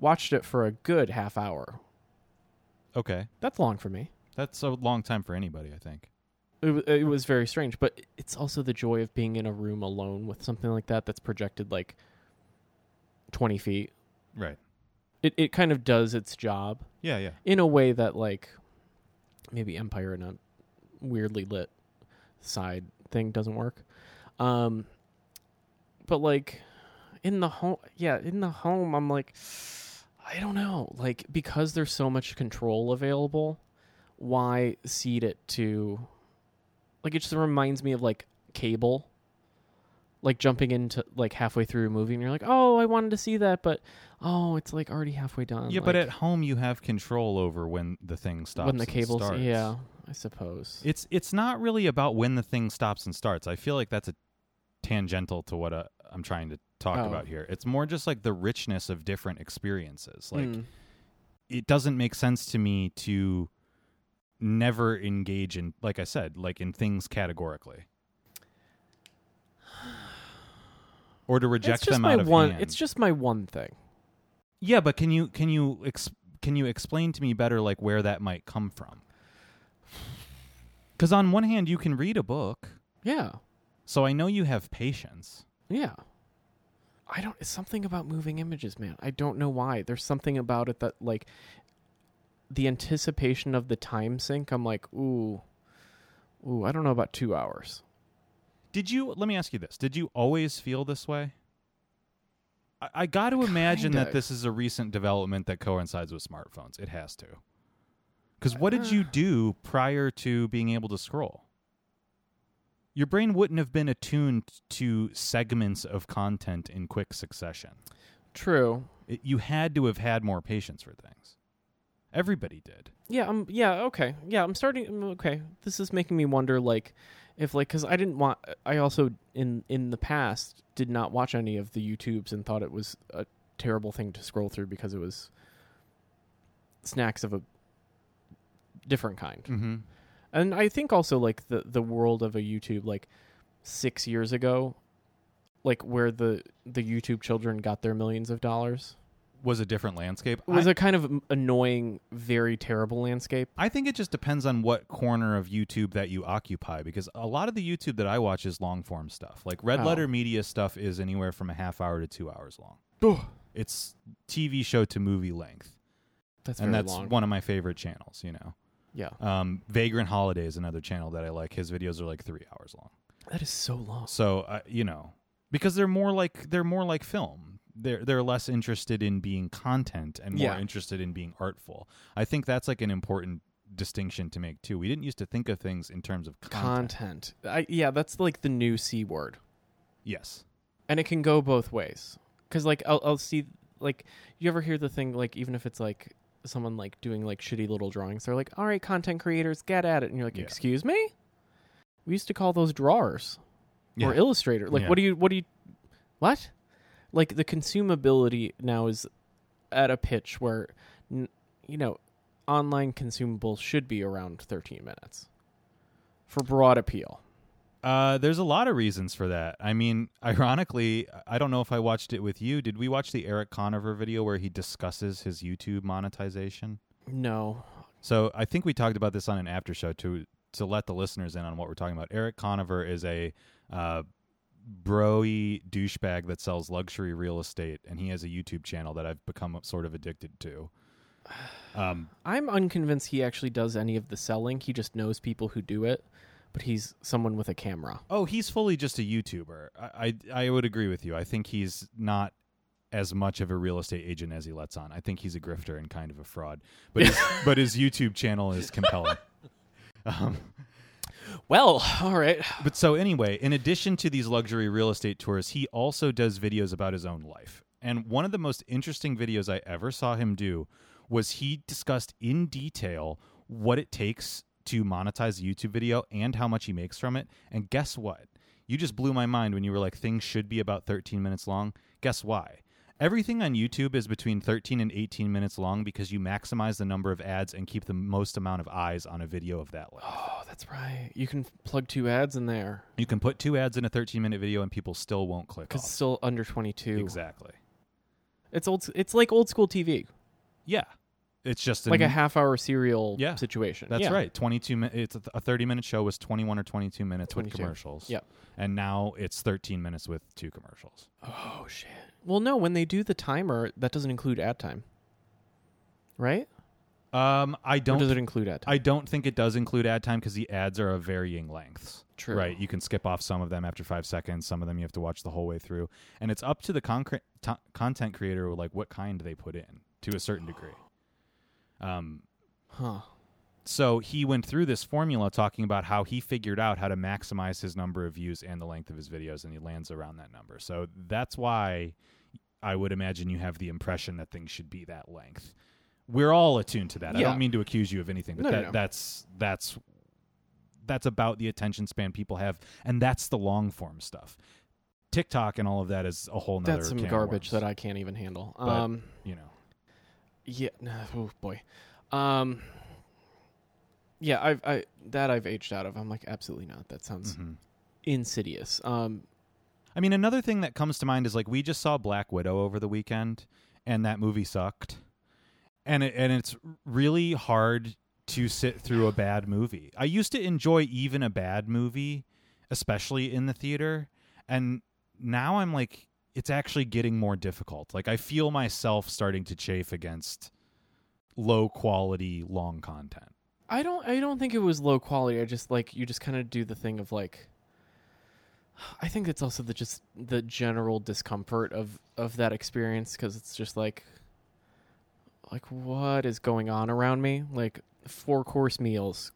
[SPEAKER 1] watched it for a good half hour.
[SPEAKER 2] Okay,
[SPEAKER 1] That's long for me.
[SPEAKER 2] that's a long time for anybody, I think.
[SPEAKER 1] It, w- it was very strange, but it's also the joy of being in a room alone with something like that that's projected like 20 feet.
[SPEAKER 2] Right.
[SPEAKER 1] It, it kind of does its job
[SPEAKER 2] Yeah, yeah.
[SPEAKER 1] in a way that, like, maybe Empire in a weirdly lit side thing doesn't work. Um, but, like, in the home, yeah, in the home, I'm like, I don't know. Like, because there's so much control available, why seed it to like it just reminds me of like cable like jumping into like halfway through a movie and you're like oh i wanted to see that but oh it's like already halfway done
[SPEAKER 2] yeah, but
[SPEAKER 1] like,
[SPEAKER 2] at home you have control over when the thing stops.
[SPEAKER 1] when the
[SPEAKER 2] and
[SPEAKER 1] cables
[SPEAKER 2] starts.
[SPEAKER 1] yeah i suppose
[SPEAKER 2] It's it's not really about when the thing stops and starts. I feel like that's a tangential to what uh, I'm trying to talk
[SPEAKER 1] Oh.
[SPEAKER 2] about here. It's more just like the richness of different experiences. Like
[SPEAKER 1] Mm.
[SPEAKER 2] it doesn't make sense to me to never engage in like I said, like in things categorically. Or to reject
[SPEAKER 1] it's just
[SPEAKER 2] them
[SPEAKER 1] my
[SPEAKER 2] out of
[SPEAKER 1] one
[SPEAKER 2] hand.
[SPEAKER 1] it's just my one thing
[SPEAKER 2] yeah, but can you can you ex- can you explain to me better like where that might come from? Cuz on one hand you can read a book
[SPEAKER 1] yeah
[SPEAKER 2] So I know you have patience.
[SPEAKER 1] yeah i don't it's something about moving images man i don't know why there's something about it that like the anticipation of the time sink i'm like ooh ooh i don't know about two hours
[SPEAKER 2] Did you, let me ask you this, did you always feel this way? I, I got to imagine
[SPEAKER 1] Kinda.
[SPEAKER 2] that this is a recent development that coincides with smartphones. It has to. Because what did you do prior to being able to scroll? Your brain wouldn't have been attuned to segments of content in quick succession.
[SPEAKER 1] true
[SPEAKER 2] It, you had to have had more patience for things. Everybody did.
[SPEAKER 1] um, Yeah, um yeah, okay. Yeah, I'm starting mm, okay. This is making me wonder like if like because i didn't want i also in in the past did not watch any of the youtubes and thought it was a terrible thing to scroll through because it was snacks of a different kind
[SPEAKER 2] Mm-hmm.
[SPEAKER 1] and i think also like the the world of a youtube like six years ago like where the the youtube children got their millions of dollars
[SPEAKER 2] Was a different landscape.
[SPEAKER 1] was
[SPEAKER 2] I,
[SPEAKER 1] a kind of annoying very terrible landscape
[SPEAKER 2] I think it just depends on what corner of YouTube that you occupy because a lot of the YouTube that I watch is long form stuff. Like Red
[SPEAKER 1] Oh.
[SPEAKER 2] Letter Media stuff is anywhere from a half hour to two hours long. It's TV show to movie length,
[SPEAKER 1] that's
[SPEAKER 2] and
[SPEAKER 1] very
[SPEAKER 2] that's
[SPEAKER 1] long
[SPEAKER 2] one of my favorite channels. You know,
[SPEAKER 1] yeah
[SPEAKER 2] um, Vagrant Holiday is another channel that I like. His videos are like three hours long.
[SPEAKER 1] that is so long
[SPEAKER 2] So uh, you know, because they're more like they're more like film. They're they're less interested in being content and more
[SPEAKER 1] Yeah.
[SPEAKER 2] interested in being artful. I think that's like an important distinction to make too. We didn't used to think of things in terms of content.
[SPEAKER 1] content. I, yeah, that's like the new c word,
[SPEAKER 2] yes.
[SPEAKER 1] and it can go both ways. Because like I'll, I'll see like you ever hear the thing like even if it's like someone like doing like shitty little drawings, they're like, all right, content creators, get at it, and you're like,
[SPEAKER 2] Yeah.
[SPEAKER 1] excuse me. We used to call those drawers or
[SPEAKER 2] Yeah.
[SPEAKER 1] illustrator. Like,
[SPEAKER 2] Yeah.
[SPEAKER 1] what do you what do you what? Like the consumability now is at a pitch where n- you know online consumables should be around 13 minutes for broad appeal.
[SPEAKER 2] Uh, there's a lot of reasons for that. I mean, ironically, I don't know if I watched it with you. Did we watch the Eric Conover video where he discusses his YouTube monetization?
[SPEAKER 1] No,
[SPEAKER 2] So I think we talked about this on an after show to to let the listeners in on what we're talking about. Eric Conover is a uh, broy douchebag that sells luxury real estate, and he has a YouTube channel that I've become sort of addicted to. Um,
[SPEAKER 1] I'm unconvinced he actually does any of the selling. He just knows people who do it, but he's someone with a camera.
[SPEAKER 2] oh, he's fully just a YouTuber. I, I I would agree with you. I think he's not as much of a real estate agent as he lets on. I think he's a grifter and kind of a fraud, but his, but his YouTube channel is compelling. Um,
[SPEAKER 1] Well, all right.
[SPEAKER 2] But so anyway, in addition to these luxury real estate tours, he also does videos about his own life. And one of the most interesting videos I ever saw him do was he discussed in detail what it takes to monetize a YouTube video and how much he makes from it. And guess what? You just blew my mind when you were like things should be about 13 minutes long. Guess why? Everything on YouTube is between 13 and 18 minutes long because you maximize the number of ads and keep the most amount of eyes on a video of that length.
[SPEAKER 1] Oh, that's right. You can plug two ads in there
[SPEAKER 2] You can put two ads in a 13 minute video and people still won't click
[SPEAKER 1] because it's
[SPEAKER 2] off.
[SPEAKER 1] still under 22.
[SPEAKER 2] Exactly.
[SPEAKER 1] It's old. It's like old school TV,
[SPEAKER 2] Yeah. It's just
[SPEAKER 1] like
[SPEAKER 2] an-
[SPEAKER 1] a half hour serial
[SPEAKER 2] Yeah.
[SPEAKER 1] situation.
[SPEAKER 2] That's
[SPEAKER 1] Yeah.
[SPEAKER 2] right. 22 minutes. It's a, th- a 30 minute show was 21 or 22 minutes
[SPEAKER 1] 22.
[SPEAKER 2] with commercials.
[SPEAKER 1] Yep.
[SPEAKER 2] And now it's 13 minutes with two commercials.
[SPEAKER 1] Oh shit. Well, no. When they do the timer, that doesn't include ad time, right?
[SPEAKER 2] Um, I
[SPEAKER 1] Or
[SPEAKER 2] don't.
[SPEAKER 1] does it include ad time?
[SPEAKER 2] I don't think it does include ad time because the ads are of varying lengths.
[SPEAKER 1] True.
[SPEAKER 2] Right. You can skip off some of them after five seconds. Some of them you have to watch the whole way through. And it's up to the concre- to- content creator like what kind they put in to a certain degree. Um,
[SPEAKER 1] huh.
[SPEAKER 2] so he went through this formula talking about how he figured out how to maximize his number of views and the length of his videos and he lands around that number so that's why i would imagine you have the impression that things should be that length we're all attuned to that i
[SPEAKER 1] Yeah.
[SPEAKER 2] don't mean to accuse you of anything but
[SPEAKER 1] No, no,
[SPEAKER 2] that,
[SPEAKER 1] no.
[SPEAKER 2] that's that's that's about the attention span people have and that's the long form stuff tiktok and all of that is a whole nother
[SPEAKER 1] That's some
[SPEAKER 2] can of
[SPEAKER 1] garbage
[SPEAKER 2] worms,
[SPEAKER 1] that I can't even handle.
[SPEAKER 2] But-
[SPEAKER 1] um.
[SPEAKER 2] you know
[SPEAKER 1] Yeah. No, oh boy. Um. Yeah, I've I that I've aged out of. I'm like absolutely not. That sounds
[SPEAKER 2] Mhm.
[SPEAKER 1] insidious. Um.
[SPEAKER 2] I mean, another thing that comes to mind is like we just saw Black Widow over the weekend, and that movie sucked, and it, and it's really hard to sit through a bad movie. I used to enjoy even a bad movie, especially in the theater, and now I'm like it's actually getting more difficult. Like I feel myself starting to chafe against low quality long content.
[SPEAKER 1] I don't I don't think it was low quality. I just like you just kind of do the thing of like I think it's also the just the general discomfort of of that experience cuz it's just like like what is going on around me? Like four course meals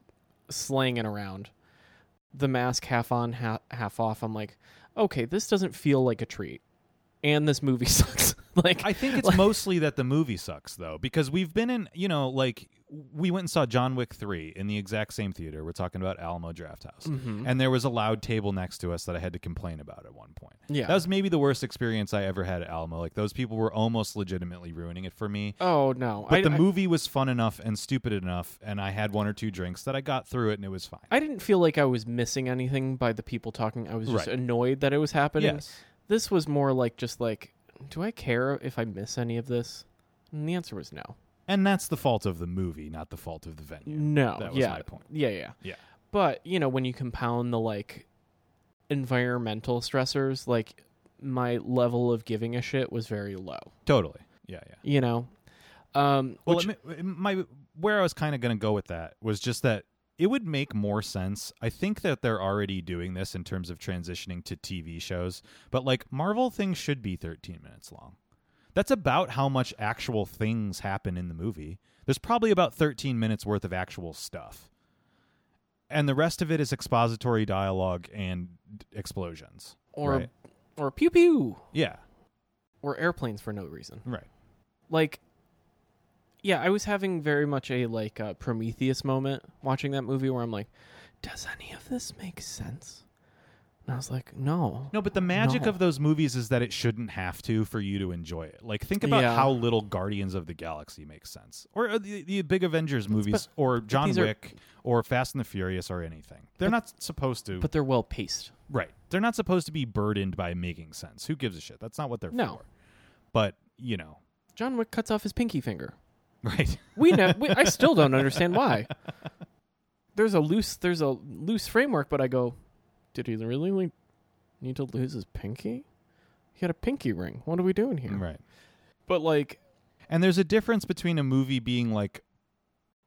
[SPEAKER 1] slanging around. The mask half on half, half off. I'm like, "Okay, this doesn't feel like a treat." and this movie sucks. like
[SPEAKER 2] I think it's mostly that the movie sucks though, because we've been in, you know, like we went and saw John Wick three in the exact same theater. We're talking about Alamo Drafthouse,
[SPEAKER 1] Mm-hmm.
[SPEAKER 2] and there was a loud table next to us that I had to complain about at one point.
[SPEAKER 1] Yeah.
[SPEAKER 2] that was maybe the worst experience I ever had at Alamo. Like those people were almost legitimately ruining it for me.
[SPEAKER 1] oh no,
[SPEAKER 2] But
[SPEAKER 1] I,
[SPEAKER 2] the
[SPEAKER 1] I-
[SPEAKER 2] movie was fun enough and stupid enough, and I had one or two drinks that I got through it, and it was fine.
[SPEAKER 1] I didn't feel like I was missing anything by the people talking. I was just
[SPEAKER 2] Right.
[SPEAKER 1] annoyed that it was happening.
[SPEAKER 2] yes,
[SPEAKER 1] This was more like just like, do I care if I miss any of this? And the answer was no.
[SPEAKER 2] and that's the fault of the movie, not the fault of the venue.
[SPEAKER 1] No.
[SPEAKER 2] that was
[SPEAKER 1] yeah.
[SPEAKER 2] my point.
[SPEAKER 1] Yeah, yeah.
[SPEAKER 2] Yeah.
[SPEAKER 1] But, you know, when you compound the like environmental stressors, like my level of giving a shit was very low,
[SPEAKER 2] Totally. Yeah, yeah.
[SPEAKER 1] you know. Um
[SPEAKER 2] Well,
[SPEAKER 1] which-
[SPEAKER 2] it ma- it- my where I was kind of going to go with that was just that it would make more sense. I think that they're already doing this in terms of transitioning to TV shows, but like Marvel things should be 13 minutes long. That's about how much actual things happen in the movie. There's probably about 13 minutes worth of actual stuff. And the rest of it is expository dialogue and d- explosions.
[SPEAKER 1] or
[SPEAKER 2] right.
[SPEAKER 1] or pew pew
[SPEAKER 2] Yeah,
[SPEAKER 1] or airplanes for no reason.
[SPEAKER 2] right.
[SPEAKER 1] Like yeah, I was having very much a like uh, Prometheus moment watching that movie where I'm like, does any of this make sense? And I was like, no.
[SPEAKER 2] No, but the magic
[SPEAKER 1] No.
[SPEAKER 2] of those movies is that it shouldn't have to for you to enjoy it. Like, think about
[SPEAKER 1] Yeah.
[SPEAKER 2] how little Guardians of the Galaxy makes sense, or uh, the, the big Avengers movies, or John
[SPEAKER 1] these are-
[SPEAKER 2] Wick, or Fast and the Furious, or anything. They're not supposed to.
[SPEAKER 1] But they're well paced.
[SPEAKER 2] right, they're not supposed to be burdened by making sense. Who gives a shit? That's not what they're
[SPEAKER 1] No.
[SPEAKER 2] for. But you know,
[SPEAKER 1] John Wick cuts off his pinky finger.
[SPEAKER 2] right?
[SPEAKER 1] We know. We, I still don't understand why. There's a loose. There's a loose framework, but I go. Did he really le- need to lose his pinky? He had a pinky ring. What are we doing here?
[SPEAKER 2] right.
[SPEAKER 1] But like,
[SPEAKER 2] And there's a difference between a movie being like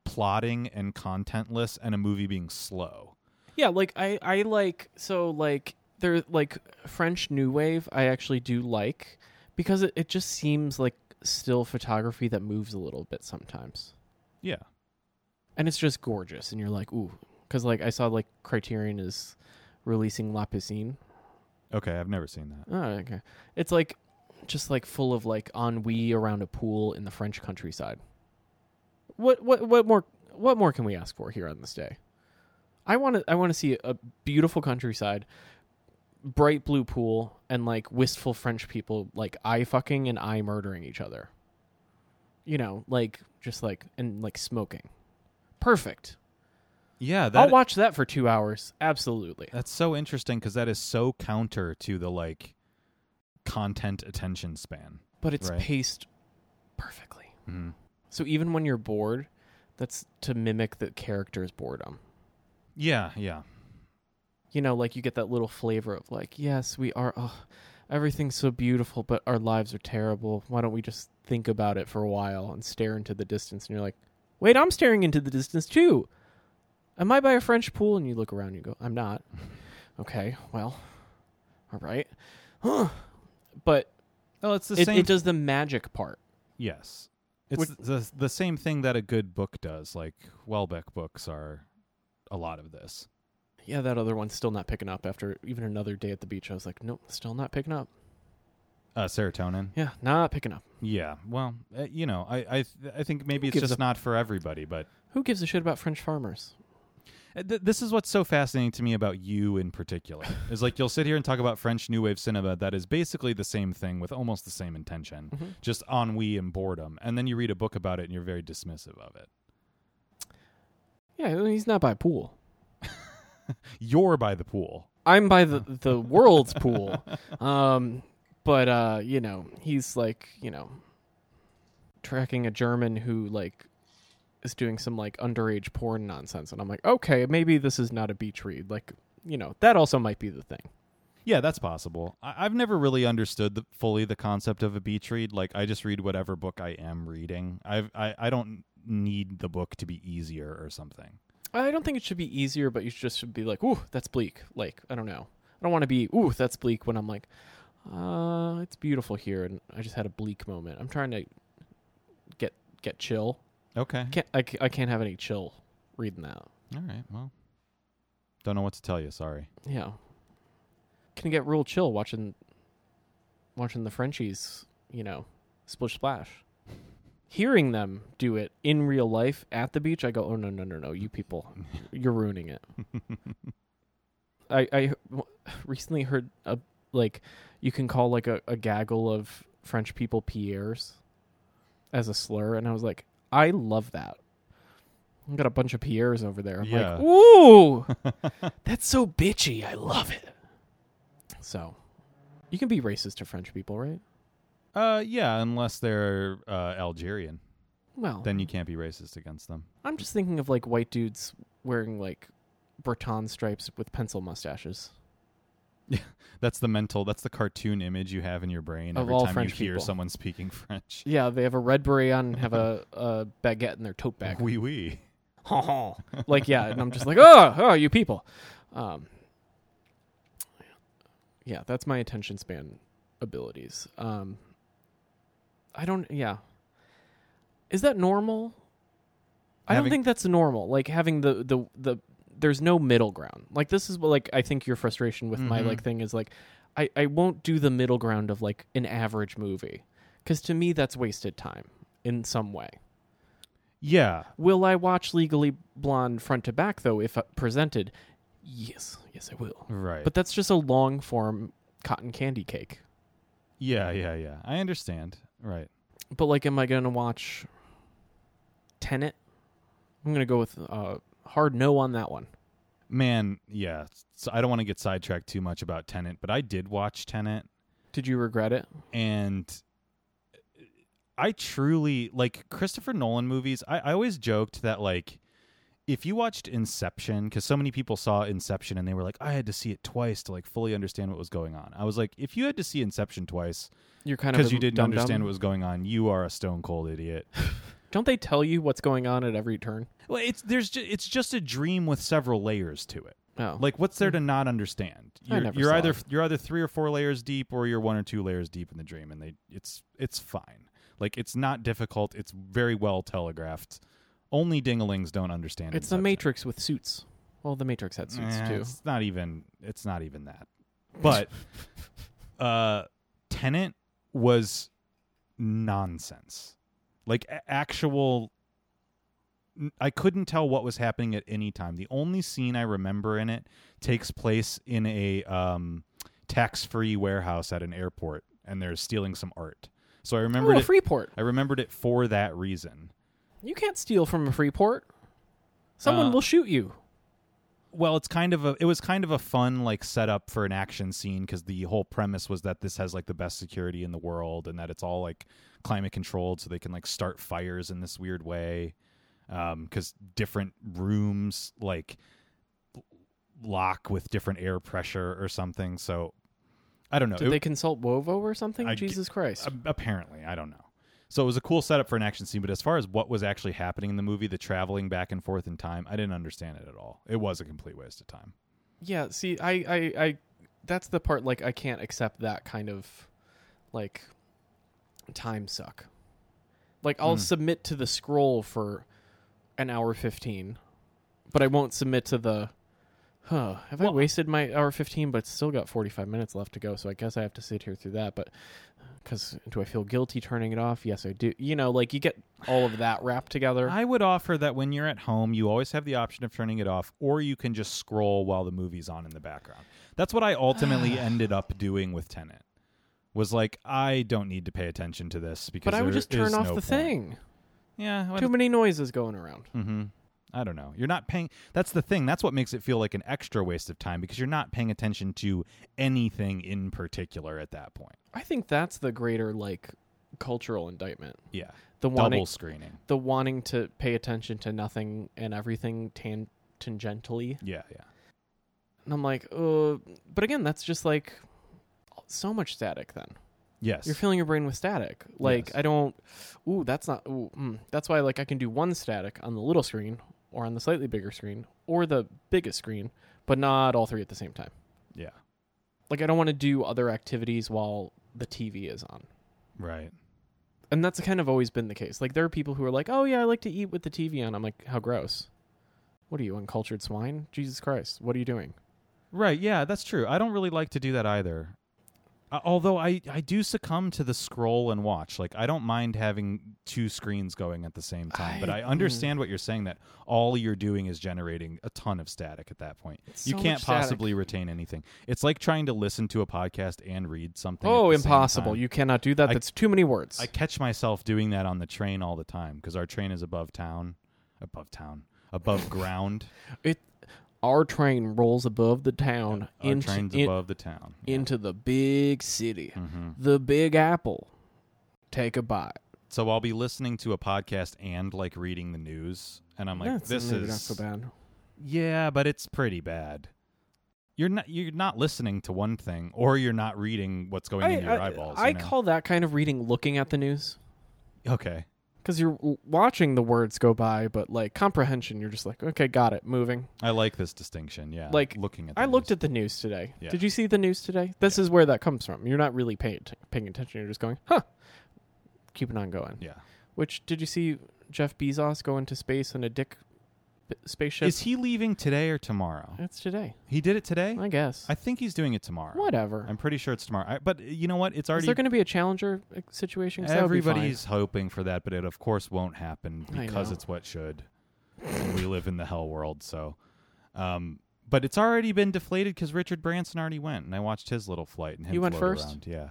[SPEAKER 2] plotting and contentless, and a movie being slow.
[SPEAKER 1] yeah, like I, I like so like there like French New Wave. I actually do like because it, it just seems like still photography that moves a little bit sometimes,
[SPEAKER 2] Yeah.
[SPEAKER 1] and it's just gorgeous. And you're like, ooh, because like I saw like Criterion is releasing La Piscine.
[SPEAKER 2] Okay, I've never seen that.
[SPEAKER 1] Oh, okay. It's like just like full of like ennui around a pool in the French countryside. What what what more what more can we ask for here on this day? I want to I want to see a beautiful countryside, bright blue pool, and like wistful French people like eye fucking and eye murdering each other. You know, like just like and like smoking. Perfect.
[SPEAKER 2] Yeah,
[SPEAKER 1] I'll
[SPEAKER 2] that
[SPEAKER 1] watch that for two hours. Absolutely.
[SPEAKER 2] That's so interesting because that is so counter to the like content attention span.
[SPEAKER 1] But it's
[SPEAKER 2] Right.
[SPEAKER 1] paced perfectly.
[SPEAKER 2] Mm.
[SPEAKER 1] So even when you're bored, that's to mimic the character's boredom.
[SPEAKER 2] Yeah, yeah,
[SPEAKER 1] You know, like you get that little flavor of like, yes, we are. Oh, everything's so beautiful, but our lives are terrible. Why don't we just think about it for a while and stare into the distance? And you're like, wait, I'm staring into the distance too. Am I by a French pool? And you look around, and you go, I'm not. okay, well, all right. Huh. But
[SPEAKER 2] Oh, it's the
[SPEAKER 1] it,
[SPEAKER 2] same.
[SPEAKER 1] it does the magic part.
[SPEAKER 2] yes, it's
[SPEAKER 1] Which-
[SPEAKER 2] the the same thing that a good book does. Like Welbeck books are a lot of this.
[SPEAKER 1] Yeah, that other one's still not picking up after even another day at the beach. I was like, nope, still not picking up.
[SPEAKER 2] Uh, serotonin.
[SPEAKER 1] Yeah, not picking up.
[SPEAKER 2] Yeah. Well, uh, you know, I I th- I think maybe it's
[SPEAKER 1] gives
[SPEAKER 2] just
[SPEAKER 1] a-
[SPEAKER 2] not for everybody, but
[SPEAKER 1] Who gives a shit about French farmers?
[SPEAKER 2] Uh, Th- this is what's so fascinating to me about you in particular is like you'll sit here and talk about French New Wave cinema that is basically the same thing with almost the same intention, just ennui and boredom, and then you read a book about it and you're very dismissive of it.
[SPEAKER 1] Yeah, he's not by pool.
[SPEAKER 2] You're by the pool,
[SPEAKER 1] I'm by the the world's pool. Um, but uh, you know, he's like, you know, tracking a German who like is doing some like underage porn nonsense and I'm like, "Okay, maybe this is not a beach read." Like, you know, that also might be the thing.
[SPEAKER 2] yeah, that's possible. I- I've never really understood the- fully the concept of a beach read. Like I just read whatever book I am reading. I've, I I don't need the book to be easier or something.
[SPEAKER 1] I don't think it should be easier, but you just should be like, "Ooh, that's bleak." Like, I don't know. I don't want to be, "Ooh, that's bleak" when I'm like, "Uh, it's beautiful here," and I just had a bleak moment. I'm trying to get get chill.
[SPEAKER 2] Okay,
[SPEAKER 1] Can't I, ca- I can't have any chill reading that.
[SPEAKER 2] all right, well, don't know what to tell you. Sorry.
[SPEAKER 1] Yeah, can get real chill watching watching the Frenchies, you know, splish splash. Hearing them do it in real life at the beach, I go, oh no no no no, you people, you're ruining it. I I w- recently heard a like you can call like a, a gaggle of French people Pierres as a slur, and I was like, I love that. I got a bunch of Pierres over there. I'm
[SPEAKER 2] Yeah.
[SPEAKER 1] like, ooh, that's so bitchy. I love it. So, you can be racist to French people, right?
[SPEAKER 2] Uh, yeah, unless they're uh, Algerian,
[SPEAKER 1] Well,
[SPEAKER 2] then you can't be racist against them.
[SPEAKER 1] I'm just thinking of like white dudes wearing like Breton stripes with pencil mustaches.
[SPEAKER 2] That's the mental, that's the cartoon image you have in your brain
[SPEAKER 1] Of
[SPEAKER 2] every
[SPEAKER 1] all
[SPEAKER 2] time
[SPEAKER 1] French
[SPEAKER 2] you hear
[SPEAKER 1] people.
[SPEAKER 2] someone speaking French.
[SPEAKER 1] Yeah, they have a red beret on and have a, a baguette in their tote bag.
[SPEAKER 2] Oui, oui.
[SPEAKER 1] Ho, ho. like yeah, and I'm just like, oh, oh, you people. Um, yeah, that's my attention span abilities. Um, I don't. Yeah, is that normal? I don't
[SPEAKER 2] Having-
[SPEAKER 1] think that's normal. Like having the the the there's no middle ground. Like this is what like I think your frustration with my
[SPEAKER 2] Mhm.
[SPEAKER 1] like thing is like I I won't do the middle ground of like an average movie because to me that's wasted time in some way.
[SPEAKER 2] Yeah.
[SPEAKER 1] Will I watch Legally Blonde front to back though if uh, presented? Yes, yes I will.
[SPEAKER 2] Right.
[SPEAKER 1] But that's just a long form cotton candy cake.
[SPEAKER 2] yeah, yeah, yeah. I understand. Right.
[SPEAKER 1] But like, am I gonna watch Tenet? I'm gonna go with uh, hard no on that one.
[SPEAKER 2] Man, yeah. So I don't want to get sidetracked too much about Tenant, but I did watch Tenant
[SPEAKER 1] Did you regret it?
[SPEAKER 2] and I truly like Christopher Nolan movies. I, I always joked that like if you watched Inception, because so many people saw Inception and they were like, I had to see it twice to like fully understand what was going on. I was like, if you had to see Inception twice
[SPEAKER 1] You're kind of
[SPEAKER 2] because
[SPEAKER 1] a
[SPEAKER 2] you didn't
[SPEAKER 1] dum-dum.
[SPEAKER 2] understand what was going on, you are a stone cold idiot.
[SPEAKER 1] Don't they tell you what's going on at every turn?
[SPEAKER 2] well, it's there's ju- it's just a dream with several layers to it.
[SPEAKER 1] No.
[SPEAKER 2] Like, what's there to not understand?
[SPEAKER 1] Hmm. I
[SPEAKER 2] You're,
[SPEAKER 1] never
[SPEAKER 2] you're
[SPEAKER 1] saw
[SPEAKER 2] either
[SPEAKER 1] it.
[SPEAKER 2] you're either three or four layers deep, or you're one or two layers deep in the dream, and they it's it's fine. Like, it's not difficult. It's very well telegraphed. Only dingalings don't understand.
[SPEAKER 1] it's the
[SPEAKER 2] Inception.
[SPEAKER 1] Matrix with suits. Well, the Matrix had suits
[SPEAKER 2] Eh,
[SPEAKER 1] too.
[SPEAKER 2] It's not even. It's not even that. But uh, Tenant was nonsense. Like a- actual. n- I couldn't tell what was happening at any time. The only scene I remember in it takes place in a um, tax-free warehouse at an airport, and they're stealing some art. So I remembered
[SPEAKER 1] Oh, a
[SPEAKER 2] it.
[SPEAKER 1] free port.
[SPEAKER 2] I remembered it for that reason.
[SPEAKER 1] You can't steal from a free port. Someone
[SPEAKER 2] Uh,
[SPEAKER 1] will shoot you.
[SPEAKER 2] well it's kind of a it was kind of a fun like setup for an action scene because the whole premise was that this has like the best security in the world and that it's all like climate controlled so they can like start fires in this weird way um because different rooms like l- lock with different air pressure or something so i don't know
[SPEAKER 1] Did
[SPEAKER 2] It-
[SPEAKER 1] they consult Wovo or something?
[SPEAKER 2] I g-
[SPEAKER 1] Jesus Christ.
[SPEAKER 2] a- apparently i don't know so it was a cool setup for an action scene but as far as what was actually happening in the movie the traveling back and forth in time i didn't understand it at all it was a complete waste of time
[SPEAKER 1] yeah, see, I, I, I, that's the part, like, I can't accept that kind of, like, time suck. Like, I'll submit to the scroll for an hour 15, but I won't submit to the, huh, have I wasted my hour 15, but still got 45 minutes left to go, so I guess I have to sit here through that, but. Because do I feel guilty turning it off? Yes, I do. You know, like you get all of that wrapped together.
[SPEAKER 2] I would offer that when you're at home, you always have the option of turning it off, or you can just scroll while the movie's on in the background. That's what I ultimately ended up doing with Tenant. Was like, I don't need to pay attention to this because.
[SPEAKER 1] but I would
[SPEAKER 2] there
[SPEAKER 1] just
[SPEAKER 2] is
[SPEAKER 1] turn off
[SPEAKER 2] no
[SPEAKER 1] the
[SPEAKER 2] point.
[SPEAKER 1] thing.
[SPEAKER 2] Yeah.
[SPEAKER 1] Too many noises going around.
[SPEAKER 2] mm-hmm. I don't know. You're not paying. That's the thing. That's what makes it feel like an extra waste of time because you're not paying attention to anything in particular at that point.
[SPEAKER 1] I think that's the greater like cultural indictment.
[SPEAKER 2] Yeah.
[SPEAKER 1] The
[SPEAKER 2] Double
[SPEAKER 1] wanting
[SPEAKER 2] screening.
[SPEAKER 1] the wanting to pay attention to nothing and everything tan- tangentially.
[SPEAKER 2] Yeah. Yeah.
[SPEAKER 1] And I'm like, uh but again, that's just like so much static then.
[SPEAKER 2] Yes.
[SPEAKER 1] You're filling your brain with static. Like
[SPEAKER 2] Yes.
[SPEAKER 1] I don't ooh, that's not ooh, mm. that's why like I can do one static on the little screen or on the slightly bigger screen or the biggest screen, but not all three at the same time.
[SPEAKER 2] yeah.
[SPEAKER 1] Like I don't want to do other activities while the TV is on.
[SPEAKER 2] Right.
[SPEAKER 1] and that's kind of always been the case. Like there are people who are like, "Oh yeah, I like to eat with the TV on." I'm like, "How gross! What are you, uncultured swine? Jesus Christ, what are you doing?"
[SPEAKER 2] Right. Yeah. That's true. I don't really like to do that either. Uh, although I, I do succumb to the scroll and watch. Like I don't mind having two screens going at the same time, but
[SPEAKER 1] I- mm.
[SPEAKER 2] I understand what you're saying that all you're doing is generating a ton of static at that point.
[SPEAKER 1] It's
[SPEAKER 2] you
[SPEAKER 1] so
[SPEAKER 2] can't
[SPEAKER 1] much static.
[SPEAKER 2] possibly retain anything. It's like trying to listen to a podcast and read something.
[SPEAKER 1] Oh,
[SPEAKER 2] at the same
[SPEAKER 1] impossible.
[SPEAKER 2] time.
[SPEAKER 1] You cannot do that.
[SPEAKER 2] I-
[SPEAKER 1] That's too many words.
[SPEAKER 2] I catch myself doing that on the train all the time because our train is above town, above town, above ground.
[SPEAKER 1] it our train rolls above the town
[SPEAKER 2] Our
[SPEAKER 1] into
[SPEAKER 2] train's
[SPEAKER 1] in-
[SPEAKER 2] above the town. Yeah.
[SPEAKER 1] into the big city.
[SPEAKER 2] Mhm.
[SPEAKER 1] The Big Apple. Take a bite.
[SPEAKER 2] So I'll be listening to a podcast and like reading the news, and I'm like,
[SPEAKER 1] That's
[SPEAKER 2] "This
[SPEAKER 1] maybe
[SPEAKER 2] is
[SPEAKER 1] not so bad.
[SPEAKER 2] Yeah, but it's pretty bad. You're not you're not listening to one thing, or you're not reading what's going in your eyeballs.
[SPEAKER 1] I
[SPEAKER 2] you know?
[SPEAKER 1] call that kind of reading looking at the news
[SPEAKER 2] okay.
[SPEAKER 1] because you're w- watching the words go by, but like comprehension, you're just like, okay, got it, moving.
[SPEAKER 2] I like this distinction. Yeah,
[SPEAKER 1] Like,
[SPEAKER 2] looking at. The
[SPEAKER 1] I looked
[SPEAKER 2] news.
[SPEAKER 1] at the news today.
[SPEAKER 2] Yeah.
[SPEAKER 1] Did you see the news today? This is where that comes from. You're not really paying t- paying attention. You're just going, huh? Keeping on going.
[SPEAKER 2] Yeah,
[SPEAKER 1] Which did you see? Jeff Bezos go into space in a dick b- spaceship.
[SPEAKER 2] is he leaving today or tomorrow?
[SPEAKER 1] it's today,
[SPEAKER 2] He did it today.
[SPEAKER 1] I guess.
[SPEAKER 2] I think he's doing it tomorrow.
[SPEAKER 1] Whatever.
[SPEAKER 2] I'm pretty sure it's tomorrow. I, but you know what? It's
[SPEAKER 1] is
[SPEAKER 2] already
[SPEAKER 1] there going to be a challenger uh, situation? 'Cause that would be fine.
[SPEAKER 2] everybody's hoping for that, but it of course won't happen
[SPEAKER 1] I
[SPEAKER 2] because
[SPEAKER 1] know.
[SPEAKER 2] it's what should. And we live in the hell world, so. Um, but it's already been deflated because Richard Branson already went, and I watched his little flight and him
[SPEAKER 1] He went
[SPEAKER 2] float
[SPEAKER 1] first?
[SPEAKER 2] around. Yeah,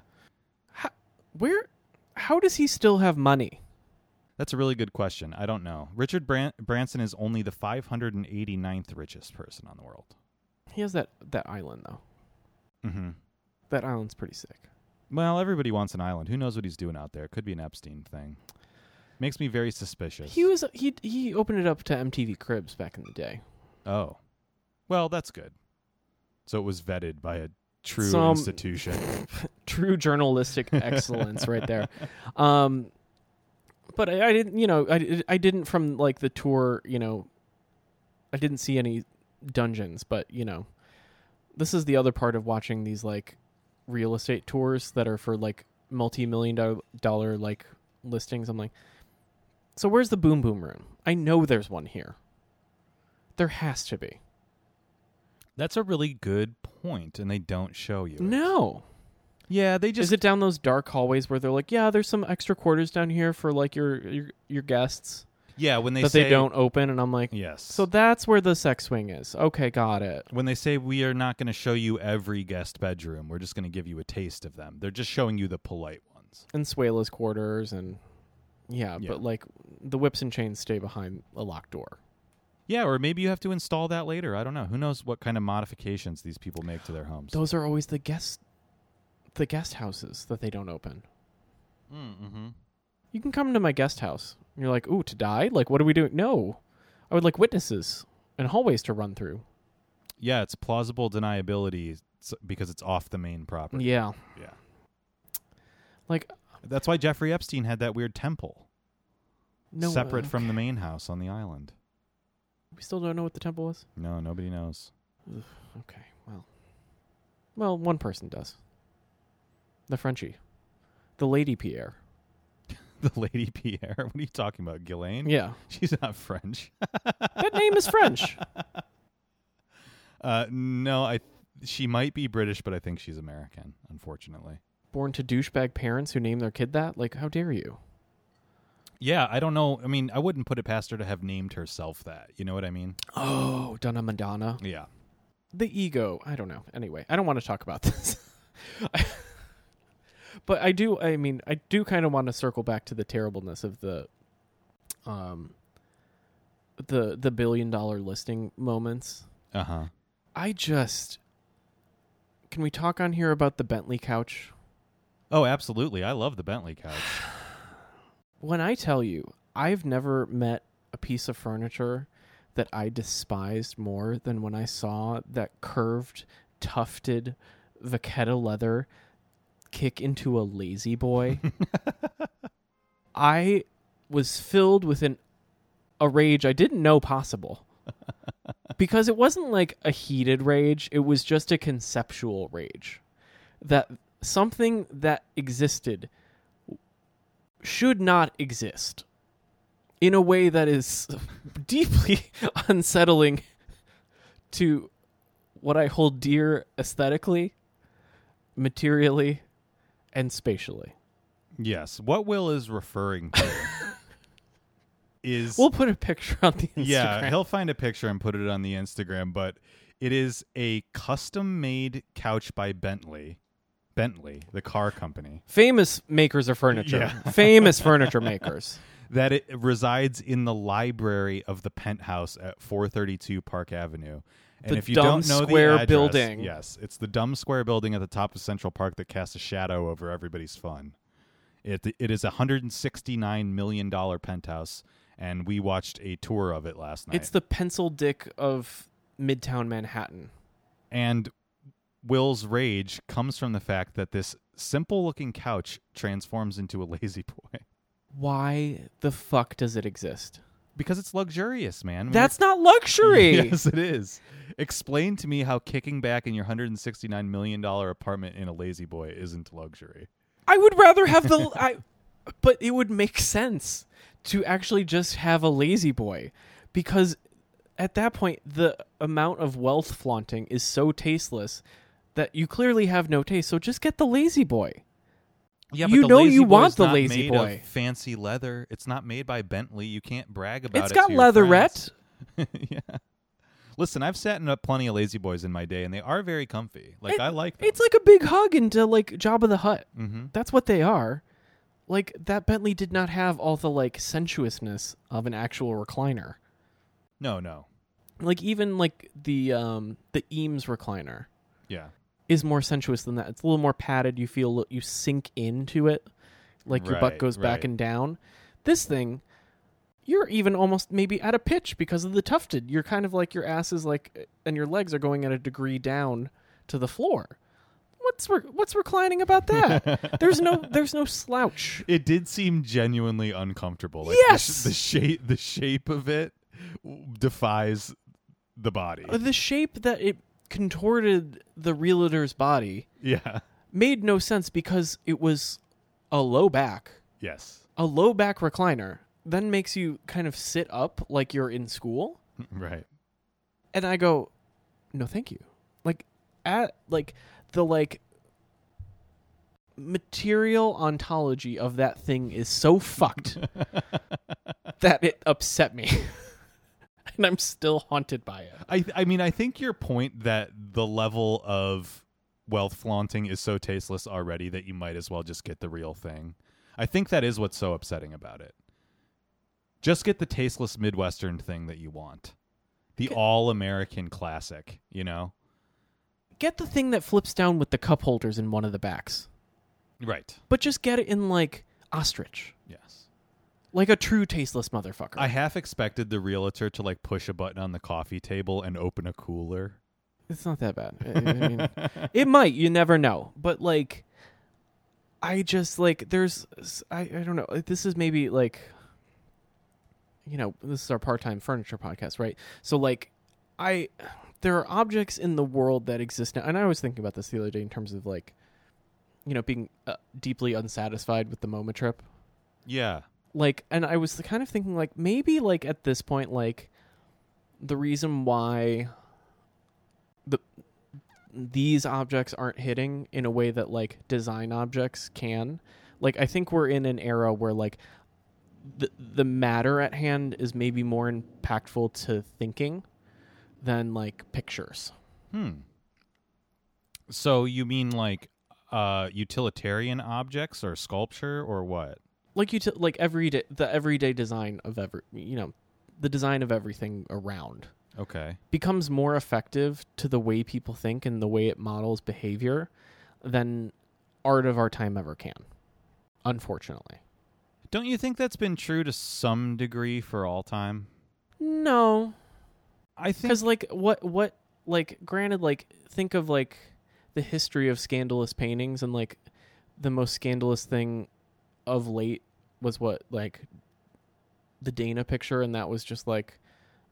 [SPEAKER 1] How, where? How does he still have money?
[SPEAKER 2] that's a really good question. I don't know. Richard Bran- Branson is only the 589th richest person on the world.
[SPEAKER 1] He has that that island though.
[SPEAKER 2] hmm
[SPEAKER 1] That island's pretty sick.
[SPEAKER 2] Well, everybody wants an island. Who knows what he's doing out there? It could be an Epstein thing. Makes me very suspicious.
[SPEAKER 1] He was he he opened it up to MTV Cribs back in the day.
[SPEAKER 2] Oh. Well, that's good. So it was vetted by a true
[SPEAKER 1] Some-
[SPEAKER 2] institution.
[SPEAKER 1] True journalistic excellence right there. Um, but I, I didn't, you know, I did- I didn't from like the tour, you know, I didn't see any dungeons, but you know, this is the other part of watching these like real estate tours that are for like multi-million do- dollar like listings. I'm like, so where's the boom boom room? I know there's one here. There has to be.
[SPEAKER 2] That's a really good point, and they don't show you. it.
[SPEAKER 1] No.
[SPEAKER 2] Yeah, they just
[SPEAKER 1] is it down those dark hallways where they're like, yeah, there's some extra quarters down here for like your your, your guests
[SPEAKER 2] yeah when they
[SPEAKER 1] that
[SPEAKER 2] say
[SPEAKER 1] they don't open, and I'm like,
[SPEAKER 2] Yes.
[SPEAKER 1] so that's where the sex swing is. Okay, got it.
[SPEAKER 2] when they say we are not going to show you every guest bedroom, we're just going to give you a taste of them. They're just showing you the polite ones.
[SPEAKER 1] And Suela's quarters, and yeah,
[SPEAKER 2] Yeah.
[SPEAKER 1] but like the whips and chains stay behind a locked door.
[SPEAKER 2] Yeah, or maybe you have to install that later. I don't know. Who knows what kind of modifications these people make to their homes?
[SPEAKER 1] Those are always the guest the guest houses that they don't open.
[SPEAKER 2] Mm-hmm.
[SPEAKER 1] You can come to my guest house. And you're like, ooh, to die? Like, what are we doing? No, I would like witnesses and hallways to run through.
[SPEAKER 2] Yeah, it's plausible deniability s- because it's off the main property.
[SPEAKER 1] Yeah,
[SPEAKER 2] yeah.
[SPEAKER 1] like
[SPEAKER 2] That's why Jeffrey Epstein had that weird temple
[SPEAKER 1] no
[SPEAKER 2] separate
[SPEAKER 1] uh,
[SPEAKER 2] from the main house on the island.
[SPEAKER 1] We still don't know what the temple was.
[SPEAKER 2] No, nobody knows.
[SPEAKER 1] Okay, well. Well, one person does. The Frenchie. The Lady Pierre.
[SPEAKER 2] The Lady Pierre. What are you talking about, Ghislaine?
[SPEAKER 1] Yeah.
[SPEAKER 2] She's not French.
[SPEAKER 1] That name is French.
[SPEAKER 2] Uh, no, I. She might be British, but I think she's American. Unfortunately.
[SPEAKER 1] Born to douchebag parents who name their kid that? Like, how dare you?
[SPEAKER 2] Yeah, I don't know. I mean, I wouldn't put it past her to have named herself that. You know what I mean?
[SPEAKER 1] Oh, Donna Madonna.
[SPEAKER 2] Yeah.
[SPEAKER 1] The ego. I don't know. Anyway, I don't want to talk about this. but I do, I mean, I do kind of want to circle back to the terribleness of the. Um, the the billion dollar listing moments
[SPEAKER 2] Uh huh.
[SPEAKER 1] I just can we talk on here about the Bentley couch?
[SPEAKER 2] Oh, absolutely. I love the Bentley couch.
[SPEAKER 1] When I tell you, I've never met a piece of furniture that I despised more than when I saw that curved, tufted vaquetta leather kick into a lazy boy. I was filled with an a rage I didn't know possible. because it wasn't like a heated rage, it was just a conceptual rage. That something that existed should not exist in a way that is deeply unsettling to what I hold dear aesthetically, materially, and spatially.
[SPEAKER 2] Yes. What Will is referring to is
[SPEAKER 1] We'll put a picture on the Instagram.
[SPEAKER 2] yeah, he'll find a picture and put it on the Instagram, but it is a custom made couch by Bentley. Bentley, the car company,
[SPEAKER 1] famous makers of furniture.
[SPEAKER 2] Yeah.
[SPEAKER 1] famous furniture makers.
[SPEAKER 2] that it resides in the library of the penthouse at 432 Park Avenue. And
[SPEAKER 1] The
[SPEAKER 2] if you
[SPEAKER 1] dumb
[SPEAKER 2] don't know
[SPEAKER 1] square
[SPEAKER 2] the address,
[SPEAKER 1] building.
[SPEAKER 2] yes, it's the dumb square building at the top of Central Park that casts a shadow over everybody's fun. It it is a 169 million dollar penthouse, and we watched a tour of it last night.
[SPEAKER 1] It's the pencil dick of Midtown Manhattan.
[SPEAKER 2] And Will's rage comes from the fact that this simple looking couch transforms into a lazy boy.
[SPEAKER 1] Why the fuck does it exist?
[SPEAKER 2] Because it's luxurious, man. When
[SPEAKER 1] That's not
[SPEAKER 2] you're-
[SPEAKER 1] luxury.
[SPEAKER 2] Yes, it is. Explain to me how kicking back in your $169 million apartment in a lazy boy isn't luxury.
[SPEAKER 1] I would rather have the I but it would make sense to actually just have a lazy boy because at that point the amount of wealth flaunting is so tasteless that you clearly have no taste so just get the lazy boy.
[SPEAKER 2] Yeah,
[SPEAKER 1] but You the know Lazy you Boy's want the not Lazy made of Boy.
[SPEAKER 2] fancy leather. It's not made by Bentley. You can't brag about
[SPEAKER 1] it's
[SPEAKER 2] it.
[SPEAKER 1] got leatherette.
[SPEAKER 2] yeah. Listen, I've sat in a plenty of lazy boys in my day, and they are very comfy. Like
[SPEAKER 1] It-
[SPEAKER 2] I like them.
[SPEAKER 1] It's like a big hug into like Jabba the Hutt.
[SPEAKER 2] mm-hmm.
[SPEAKER 1] That's what they are. Like that Bentley did not have all the like sensuousness of an actual recliner.
[SPEAKER 2] No, no.
[SPEAKER 1] Like even like the um the Eames recliner.
[SPEAKER 2] Yeah.
[SPEAKER 1] is more sensuous than that. It's a little more padded. You feel you sink into it, like your butt
[SPEAKER 2] Right,
[SPEAKER 1] goes back
[SPEAKER 2] right.
[SPEAKER 1] and down. This thing, you're even almost maybe at a pitch because of the tufted. You're kind of like your ass is like, and your legs are going at a degree down to the floor. What's re- what's reclining about that? there's no there's no slouch.
[SPEAKER 2] It did seem genuinely uncomfortable. Like
[SPEAKER 1] Yes!
[SPEAKER 2] The, sh- the shape the shape of it w- defies the body.
[SPEAKER 1] The shape that it contorted the realtor's body
[SPEAKER 2] yeah.
[SPEAKER 1] made no sense because it was a low back.
[SPEAKER 2] Yes.
[SPEAKER 1] a low back recliner then makes you kind of sit up like you're in school
[SPEAKER 2] Right.
[SPEAKER 1] and i go no thank you like at like the like material ontology of that thing is so fucked that it upset me and i'm still haunted by it
[SPEAKER 2] I I mean I think your point that the level of wealth flaunting is so tasteless already that you might as well just get the real thing. I think that is what's so upsetting about it. Just get the tasteless Midwestern thing that you want. The all American classic, you know?
[SPEAKER 1] get the thing that flips down with the cup holders in one of the backs
[SPEAKER 2] Right.
[SPEAKER 1] but just get it in like ostrich
[SPEAKER 2] Yes.
[SPEAKER 1] like a true tasteless motherfucker
[SPEAKER 2] I half expected the realtor to like push a button on the coffee table and open a cooler.
[SPEAKER 1] It's not that bad. I, I mean, it might. You never know. But like, I just like there's I I don't know. This is maybe like, you know, this is our part time furniture podcast, right? So like, I there are objects in the world that exist now, and I was thinking about this the other day in terms of like, you know, being uh, deeply unsatisfied with the MoMA trip
[SPEAKER 2] Yeah.
[SPEAKER 1] like and i was kind of thinking like maybe like at this point like the reason why the these objects aren't hitting in a way that like design objects can like i think we're in an era where like the the matter at hand is maybe more impactful to thinking than like pictures
[SPEAKER 2] Hmm. So you mean like uh utilitarian objects or sculpture or what?
[SPEAKER 1] like you t- like everyday the everyday design of every you know the design of everything around
[SPEAKER 2] Okay.
[SPEAKER 1] becomes more effective to the way people think and the way it models behavior than art of our time ever can. Unfortunately.
[SPEAKER 2] Don't you think that's been true to some degree for all time?
[SPEAKER 1] No,
[SPEAKER 2] I think
[SPEAKER 1] cuz like what what like granted like think of like the history of scandalous paintings and like the most scandalous thing of late was what like the Dana picture and that was just like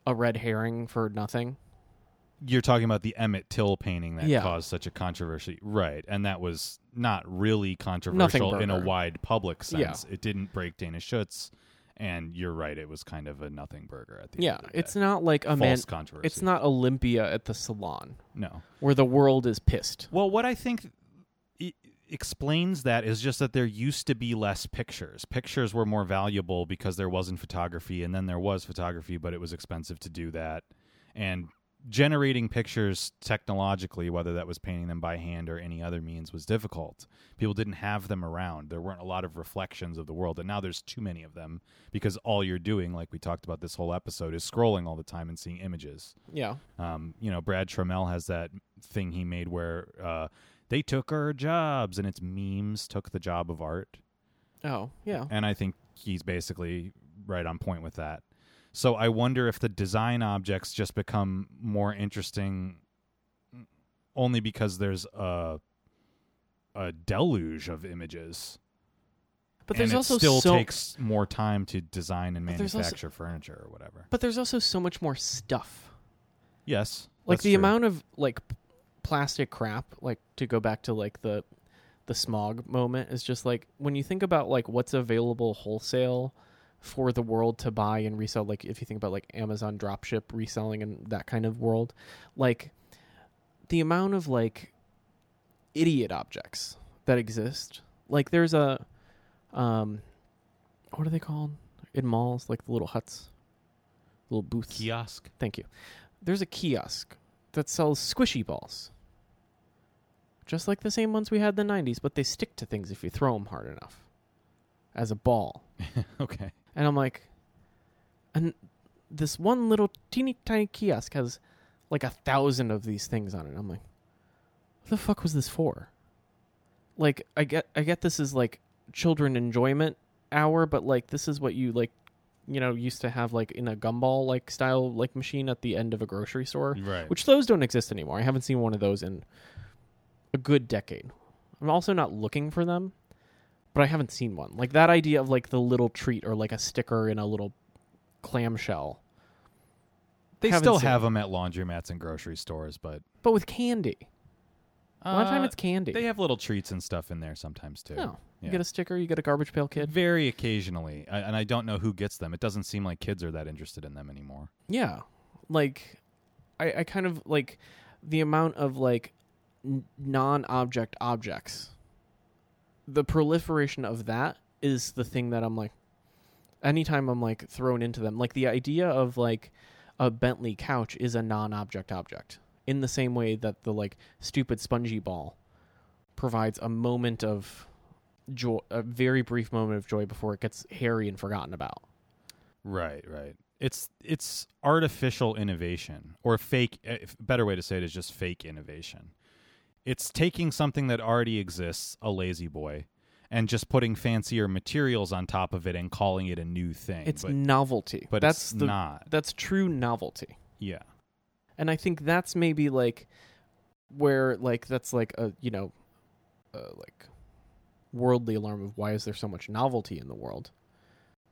[SPEAKER 1] a red herring for nothing.
[SPEAKER 2] you're talking about the Emmett Till painting that
[SPEAKER 1] Yeah.
[SPEAKER 2] caused such a controversy. Right. And that was not really controversial in a
[SPEAKER 1] burger.
[SPEAKER 2] wide public
[SPEAKER 1] Yeah.
[SPEAKER 2] sense. It didn't break Dana Schutz. And you're right, it was kind of a nothing burger at the
[SPEAKER 1] Yeah,
[SPEAKER 2] end. of the
[SPEAKER 1] it's
[SPEAKER 2] day.
[SPEAKER 1] not like a
[SPEAKER 2] false
[SPEAKER 1] man
[SPEAKER 2] controversy.
[SPEAKER 1] it's not Olympia at the salon.
[SPEAKER 2] no.
[SPEAKER 1] where the world is pissed.
[SPEAKER 2] Well, what I think i- e, explains that is just that there used to be less pictures. Pictures were more valuable because there wasn't photography, and then there was photography, but it was expensive to do that. And generating pictures technologically, whether that was painting them by hand or any other means, was difficult. People didn't have them around. There weren't a lot of reflections of the world, and now there's too many of them because all you're doing, like we talked about this whole episode, is scrolling all the time and seeing images.
[SPEAKER 1] Yeah.
[SPEAKER 2] Um, you know, Brad Trammell has that thing he made where uh, they took our jobs, and it's memes took the job of art.
[SPEAKER 1] Oh, yeah.
[SPEAKER 2] And I think he's basically right on point with that. So I wonder if the design objects just become more interesting only because there's a a deluge of images.
[SPEAKER 1] But
[SPEAKER 2] and
[SPEAKER 1] there's
[SPEAKER 2] it
[SPEAKER 1] also
[SPEAKER 2] still
[SPEAKER 1] so
[SPEAKER 2] takes more time to design and
[SPEAKER 1] But there's also-
[SPEAKER 2] manufacture furniture or whatever.
[SPEAKER 1] But there's also so much more stuff.
[SPEAKER 2] Yes.
[SPEAKER 1] Like
[SPEAKER 2] that's
[SPEAKER 1] the
[SPEAKER 2] true.
[SPEAKER 1] amount of like p- plastic crap, like to go back to like the the smog moment is just like when you think about like what's available wholesale for the world to buy and resell like if you think about like Amazon dropship reselling and that kind of world, like the amount of like idiot objects that exist. Like there's a um what are they called? In malls, like the little huts. Little booths.
[SPEAKER 2] kiosk.
[SPEAKER 1] Thank you. There's a kiosk that sells squishy balls. Just like the same ones we had in the 90s, but they stick to things if you throw them hard enough as a ball.
[SPEAKER 2] okay.
[SPEAKER 1] And I'm like, and this one little teeny tiny kiosk has like a thousand of these things on it. I'm like, what the fuck was this for? Like, I get, I get this is like children enjoyment hour, but like this is what you like, you know, used to have like in a gumball like style like machine at the end of a grocery store,
[SPEAKER 2] Right.
[SPEAKER 1] which those don't exist anymore. I haven't seen one of those in a good decade. I'm also not looking for them, but I haven't seen one. Like that idea of like the little treat or like a sticker in a little clamshell,
[SPEAKER 2] They
[SPEAKER 1] Haven't
[SPEAKER 2] still
[SPEAKER 1] seen
[SPEAKER 2] have them at laundromats and grocery stores, but
[SPEAKER 1] but with candy. A lot of time
[SPEAKER 2] Uh,
[SPEAKER 1] it's candy.
[SPEAKER 2] they have little treats and stuff in there sometimes too.
[SPEAKER 1] no. You
[SPEAKER 2] Yeah.
[SPEAKER 1] get a sticker, you get a garbage pail kid.
[SPEAKER 2] Very occasionally, I, and I don't know who gets them. It doesn't seem like kids are that interested in them anymore.
[SPEAKER 1] Yeah. Like I, I kind of like the amount of like n- non-object objects. The proliferation of that is the thing that I'm like anytime I'm like thrown into them. Like the idea of like a Bentley couch is a non-object object in the same way that the like stupid spongy ball provides a moment of joy, a very brief moment of joy before it gets hairy and forgotten about.
[SPEAKER 2] Right, right. It's it's artificial innovation or fake. eh, If, better way to say it is just fake innovation. It's taking something that already exists, a lazy boy, and just putting fancier materials on top of it and calling it a new thing.
[SPEAKER 1] It's
[SPEAKER 2] but,
[SPEAKER 1] novelty.
[SPEAKER 2] but
[SPEAKER 1] that's
[SPEAKER 2] it's
[SPEAKER 1] the
[SPEAKER 2] not.
[SPEAKER 1] that's true novelty
[SPEAKER 2] Yeah.
[SPEAKER 1] and i think that's maybe like where like that's like a you know uh, like worldly alarm of why is there so much novelty in the world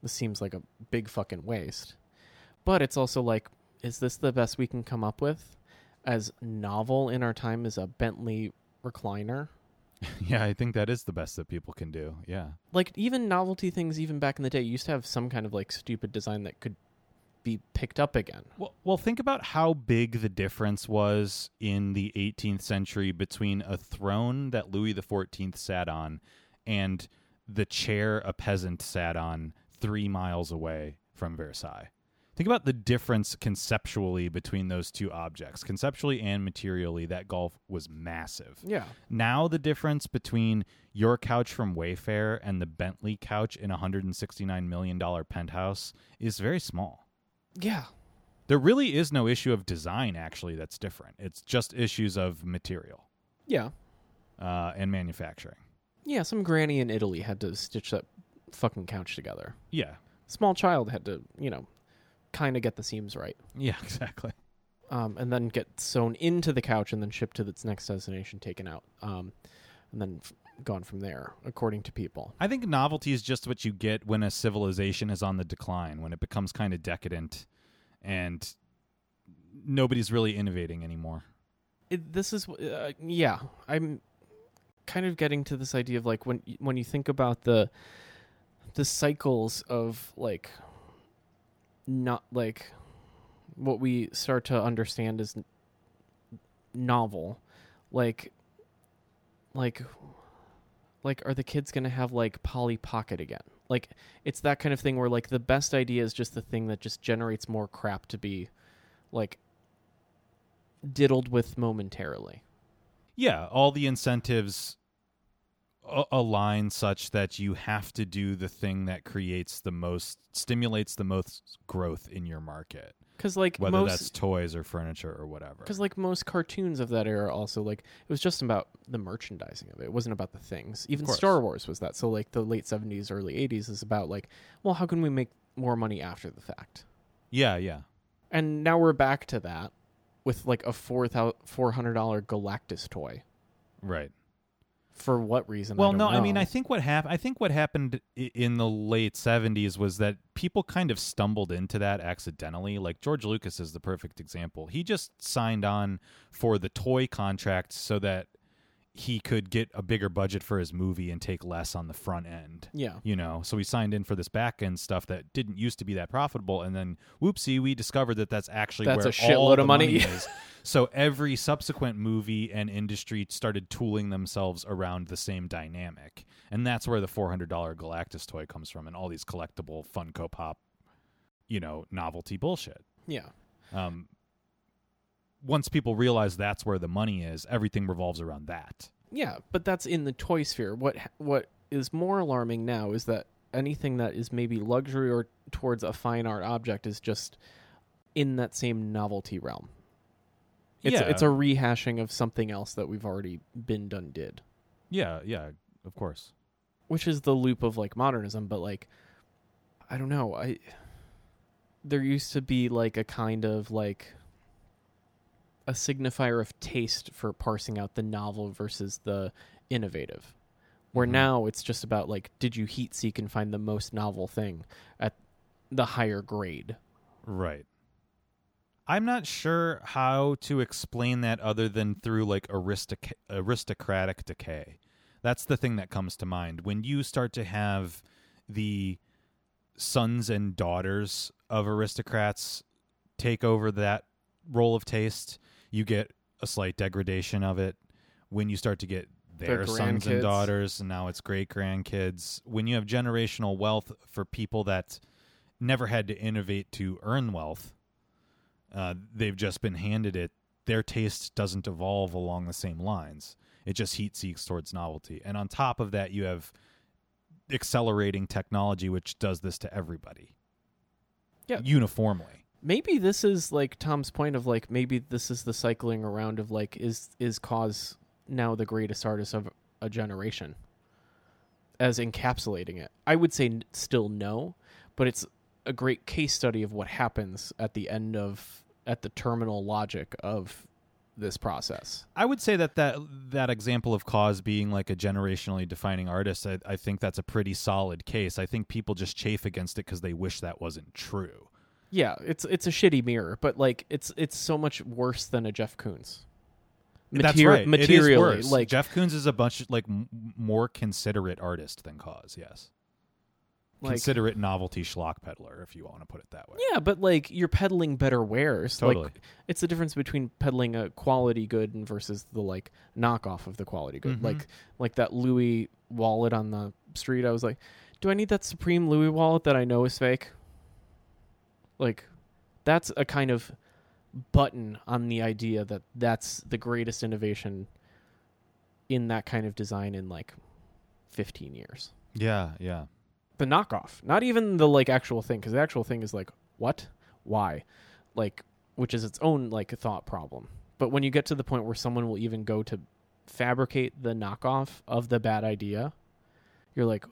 [SPEAKER 1] this seems like a big fucking waste but it's also like is this the best we can come up with as novel in our time is a bentley recliner
[SPEAKER 2] Yeah, I think that is the best that people can do. Yeah.
[SPEAKER 1] like even novelty things even back in the day used to have some kind of like stupid design that could be picked up again
[SPEAKER 2] Well, well, think about how big the difference was in the 18th century between a throne that Louis XIV sat on and the chair a peasant sat on three miles away from Versailles. Think about the difference conceptually between those two objects. Conceptually and materially, that gulf was massive.
[SPEAKER 1] yeah
[SPEAKER 2] Now, the difference between your couch from Wayfair and the Bentley couch in a $169 million penthouse is very small
[SPEAKER 1] yeah
[SPEAKER 2] there really is no issue of design actually that's different it's just issues of material
[SPEAKER 1] yeah
[SPEAKER 2] uh, and manufacturing
[SPEAKER 1] Yeah, some granny in Italy had to stitch that fucking couch together.
[SPEAKER 2] yeah
[SPEAKER 1] Small child had to, you know, kind of get the seams right,
[SPEAKER 2] yeah exactly
[SPEAKER 1] um, and then get sewn into the couch and then shipped to its next destination, taken out, um, and then f- gone from there, according to people.
[SPEAKER 2] i think novelty is just what you get when a civilization is on the decline when it becomes kind of decadent and nobody's really innovating anymore
[SPEAKER 1] It, this is, uh, yeah, I'm kind of getting to this idea of like when y- when you think about the the cycles of like not like what we start to understand as n- novel like like like are the kids going to have like Polly Pocket again? Like it's that kind of thing where like the best idea is just the thing that just generates more crap to be like diddled with momentarily.
[SPEAKER 2] Yeah, all the incentives a- align such that you have to do the thing that creates the most stimulates the most growth in your market,
[SPEAKER 1] Cuz like
[SPEAKER 2] whether
[SPEAKER 1] most
[SPEAKER 2] that's toys or furniture or whatever.
[SPEAKER 1] Because like most cartoons of that era, also like it was just about the merchandising of it. It wasn't about the things. Even
[SPEAKER 2] course.
[SPEAKER 1] Star Wars was that. So like the late seventies, early eighties is about like, well, how can we make more money after the fact?
[SPEAKER 2] Yeah, yeah.
[SPEAKER 1] And now we're back to that with like a four hundred dollar Galactus toy.
[SPEAKER 2] Right.
[SPEAKER 1] For what reason?
[SPEAKER 2] Well,
[SPEAKER 1] don't
[SPEAKER 2] no, I mean,
[SPEAKER 1] know.
[SPEAKER 2] I think what happened. I think what happened i- in the late '70s was that people kind of stumbled into that accidentally. Like George Lucas is the perfect example. He just signed on for the toy contract so that he could get a bigger budget for his movie and take less on the front end.
[SPEAKER 1] yeah,
[SPEAKER 2] You know, so he signed in for this back end stuff that didn't used to be that profitable, and then whoopsie, we discovered that that's actually
[SPEAKER 1] That's
[SPEAKER 2] where
[SPEAKER 1] a shitload
[SPEAKER 2] all the
[SPEAKER 1] of money.
[SPEAKER 2] is. So every subsequent movie and industry started tooling themselves around the same dynamic, and that's where the four hundred dollar Galactus toy comes from, and all these collectible Funko Pop, you know, novelty bullshit.
[SPEAKER 1] yeah,
[SPEAKER 2] Um, once people realize that's where the money is, everything revolves around that.
[SPEAKER 1] yeah. But that's in the toy sphere. What what is more alarming now is that anything that is maybe luxury or towards a fine art object is just in that same novelty realm. It's
[SPEAKER 2] Yeah.
[SPEAKER 1] it's a rehashing of something else that we've already been done did,
[SPEAKER 2] Yeah, yeah, of course.
[SPEAKER 1] which is the loop of like modernism. But like, I don't know. I there used to be like a kind of like a signifier of taste for parsing out the novel versus the innovative. Where
[SPEAKER 2] Mhm.
[SPEAKER 1] now it's just about like, did you heat seek and find the most novel thing at the higher grade?
[SPEAKER 2] Right. I'm not sure how to explain that other than through like aristoc- aristocratic decay. That's the thing that comes to mind. When you start to have the sons and daughters of aristocrats take over that role of taste, you get a slight degradation of it. When you start to get
[SPEAKER 1] Their
[SPEAKER 2] their sons and
[SPEAKER 1] grandkids.
[SPEAKER 2] daughters, and now it's great grandkids, when you have generational wealth for people that never had to innovate to earn wealth. Uh, they've just been handed it. Their taste doesn't evolve along the same lines. It just heat seeks towards novelty. And on top of that, you have accelerating technology, which does this to everybody.
[SPEAKER 1] Yeah.
[SPEAKER 2] Uniformly.
[SPEAKER 1] maybe this is like Tom's point of like maybe this is the cycling around of like is is cause now the greatest artist of a generation as encapsulating it. I would say n- still no, but it's a great case study of what happens at the end of at the terminal logic of this process.
[SPEAKER 2] I would say that that, that example of cause being like a generationally defining artist, I, I think that's a pretty solid case. I think people just chafe against it because they wish that wasn't true.
[SPEAKER 1] Yeah, it's it's a shitty mirror, but like it's it's so much worse than a Jeff Koons. Materi-
[SPEAKER 2] It is
[SPEAKER 1] Materially,
[SPEAKER 2] worse.
[SPEAKER 1] like
[SPEAKER 2] Jeff Koons is a bunch like m- more considerate artist than Cause. Yes,
[SPEAKER 1] like-
[SPEAKER 2] considerate novelty schlock peddler, if you want to put it that way.
[SPEAKER 1] Yeah, but like you're peddling better wares.
[SPEAKER 2] Totally.
[SPEAKER 1] Like it's the difference between peddling a quality good and versus the like knockoff of the quality good.
[SPEAKER 2] Mhm.
[SPEAKER 1] Like like that Louis wallet on the street. I was like, do I need that Supreme Louis wallet that I know is fake? Like that's a kind of button on the idea that that's the greatest innovation in that kind of design in like 15 years.
[SPEAKER 2] Yeah, yeah,
[SPEAKER 1] The knockoff, not even the like actual thing, because the actual thing is like what, why, like which is its own like thought problem. But when you get to the point where someone will even go to fabricate the knockoff of the bad idea, you're like,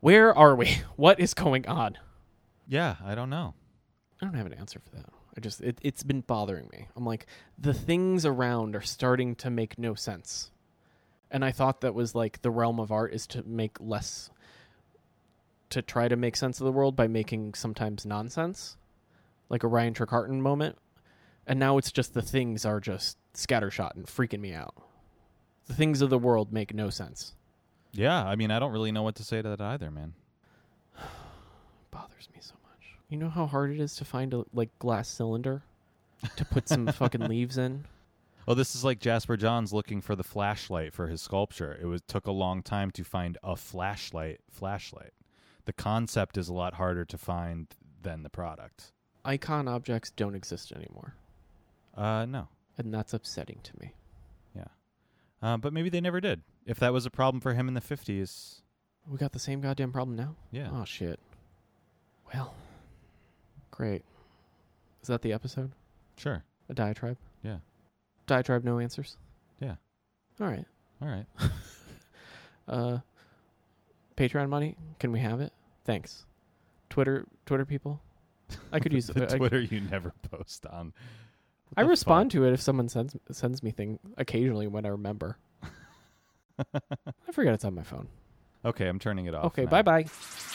[SPEAKER 1] where are we? What is going on?
[SPEAKER 2] yeah. I don't know.
[SPEAKER 1] I don't have an answer for that. I just it, it's been bothering me. I'm like the things around are starting to make no sense, and I thought that was like the realm of art is to make less, to try to make sense of the world by making sometimes nonsense, like a Ryan Trecarton moment, and now it's just the things are just scattershot and freaking me out. The things of the world make no sense.
[SPEAKER 2] Yeah, I mean, I don't really know what to say to that either, man.
[SPEAKER 1] bothers me so much. You know how hard it is to find a like glass cylinder to put some fucking leaves in.
[SPEAKER 2] Oh, this is like Jasper Johns looking for the flashlight for his sculpture. It was took a long time to find a flashlight. Flashlight. The concept is a lot harder to find than the product.
[SPEAKER 1] Icon objects don't exist anymore,
[SPEAKER 2] Uh, no.
[SPEAKER 1] and that's upsetting to me.
[SPEAKER 2] Uh, but maybe they never did. If that was a problem for him in the fifties,
[SPEAKER 1] We got the same goddamn problem now.
[SPEAKER 2] yeah.
[SPEAKER 1] Oh shit. Well, great. Is that the episode?
[SPEAKER 2] Sure.
[SPEAKER 1] A diatribe?
[SPEAKER 2] Yeah.
[SPEAKER 1] Diatribe, no answers.
[SPEAKER 2] Yeah.
[SPEAKER 1] All right.
[SPEAKER 2] All right.
[SPEAKER 1] Uh, Patreon money? Can we have it? Thanks. Twitter, Twitter people. I could use. uh,
[SPEAKER 2] the
[SPEAKER 1] I-
[SPEAKER 2] Twitter you never post on. What
[SPEAKER 1] I,
[SPEAKER 2] the
[SPEAKER 1] respond to it if someone sends sends me thing occasionally when I remember. I forget it's on my phone.
[SPEAKER 2] fuck? Okay, I'm turning it off.
[SPEAKER 1] okay.
[SPEAKER 2] now.
[SPEAKER 1] Bye bye.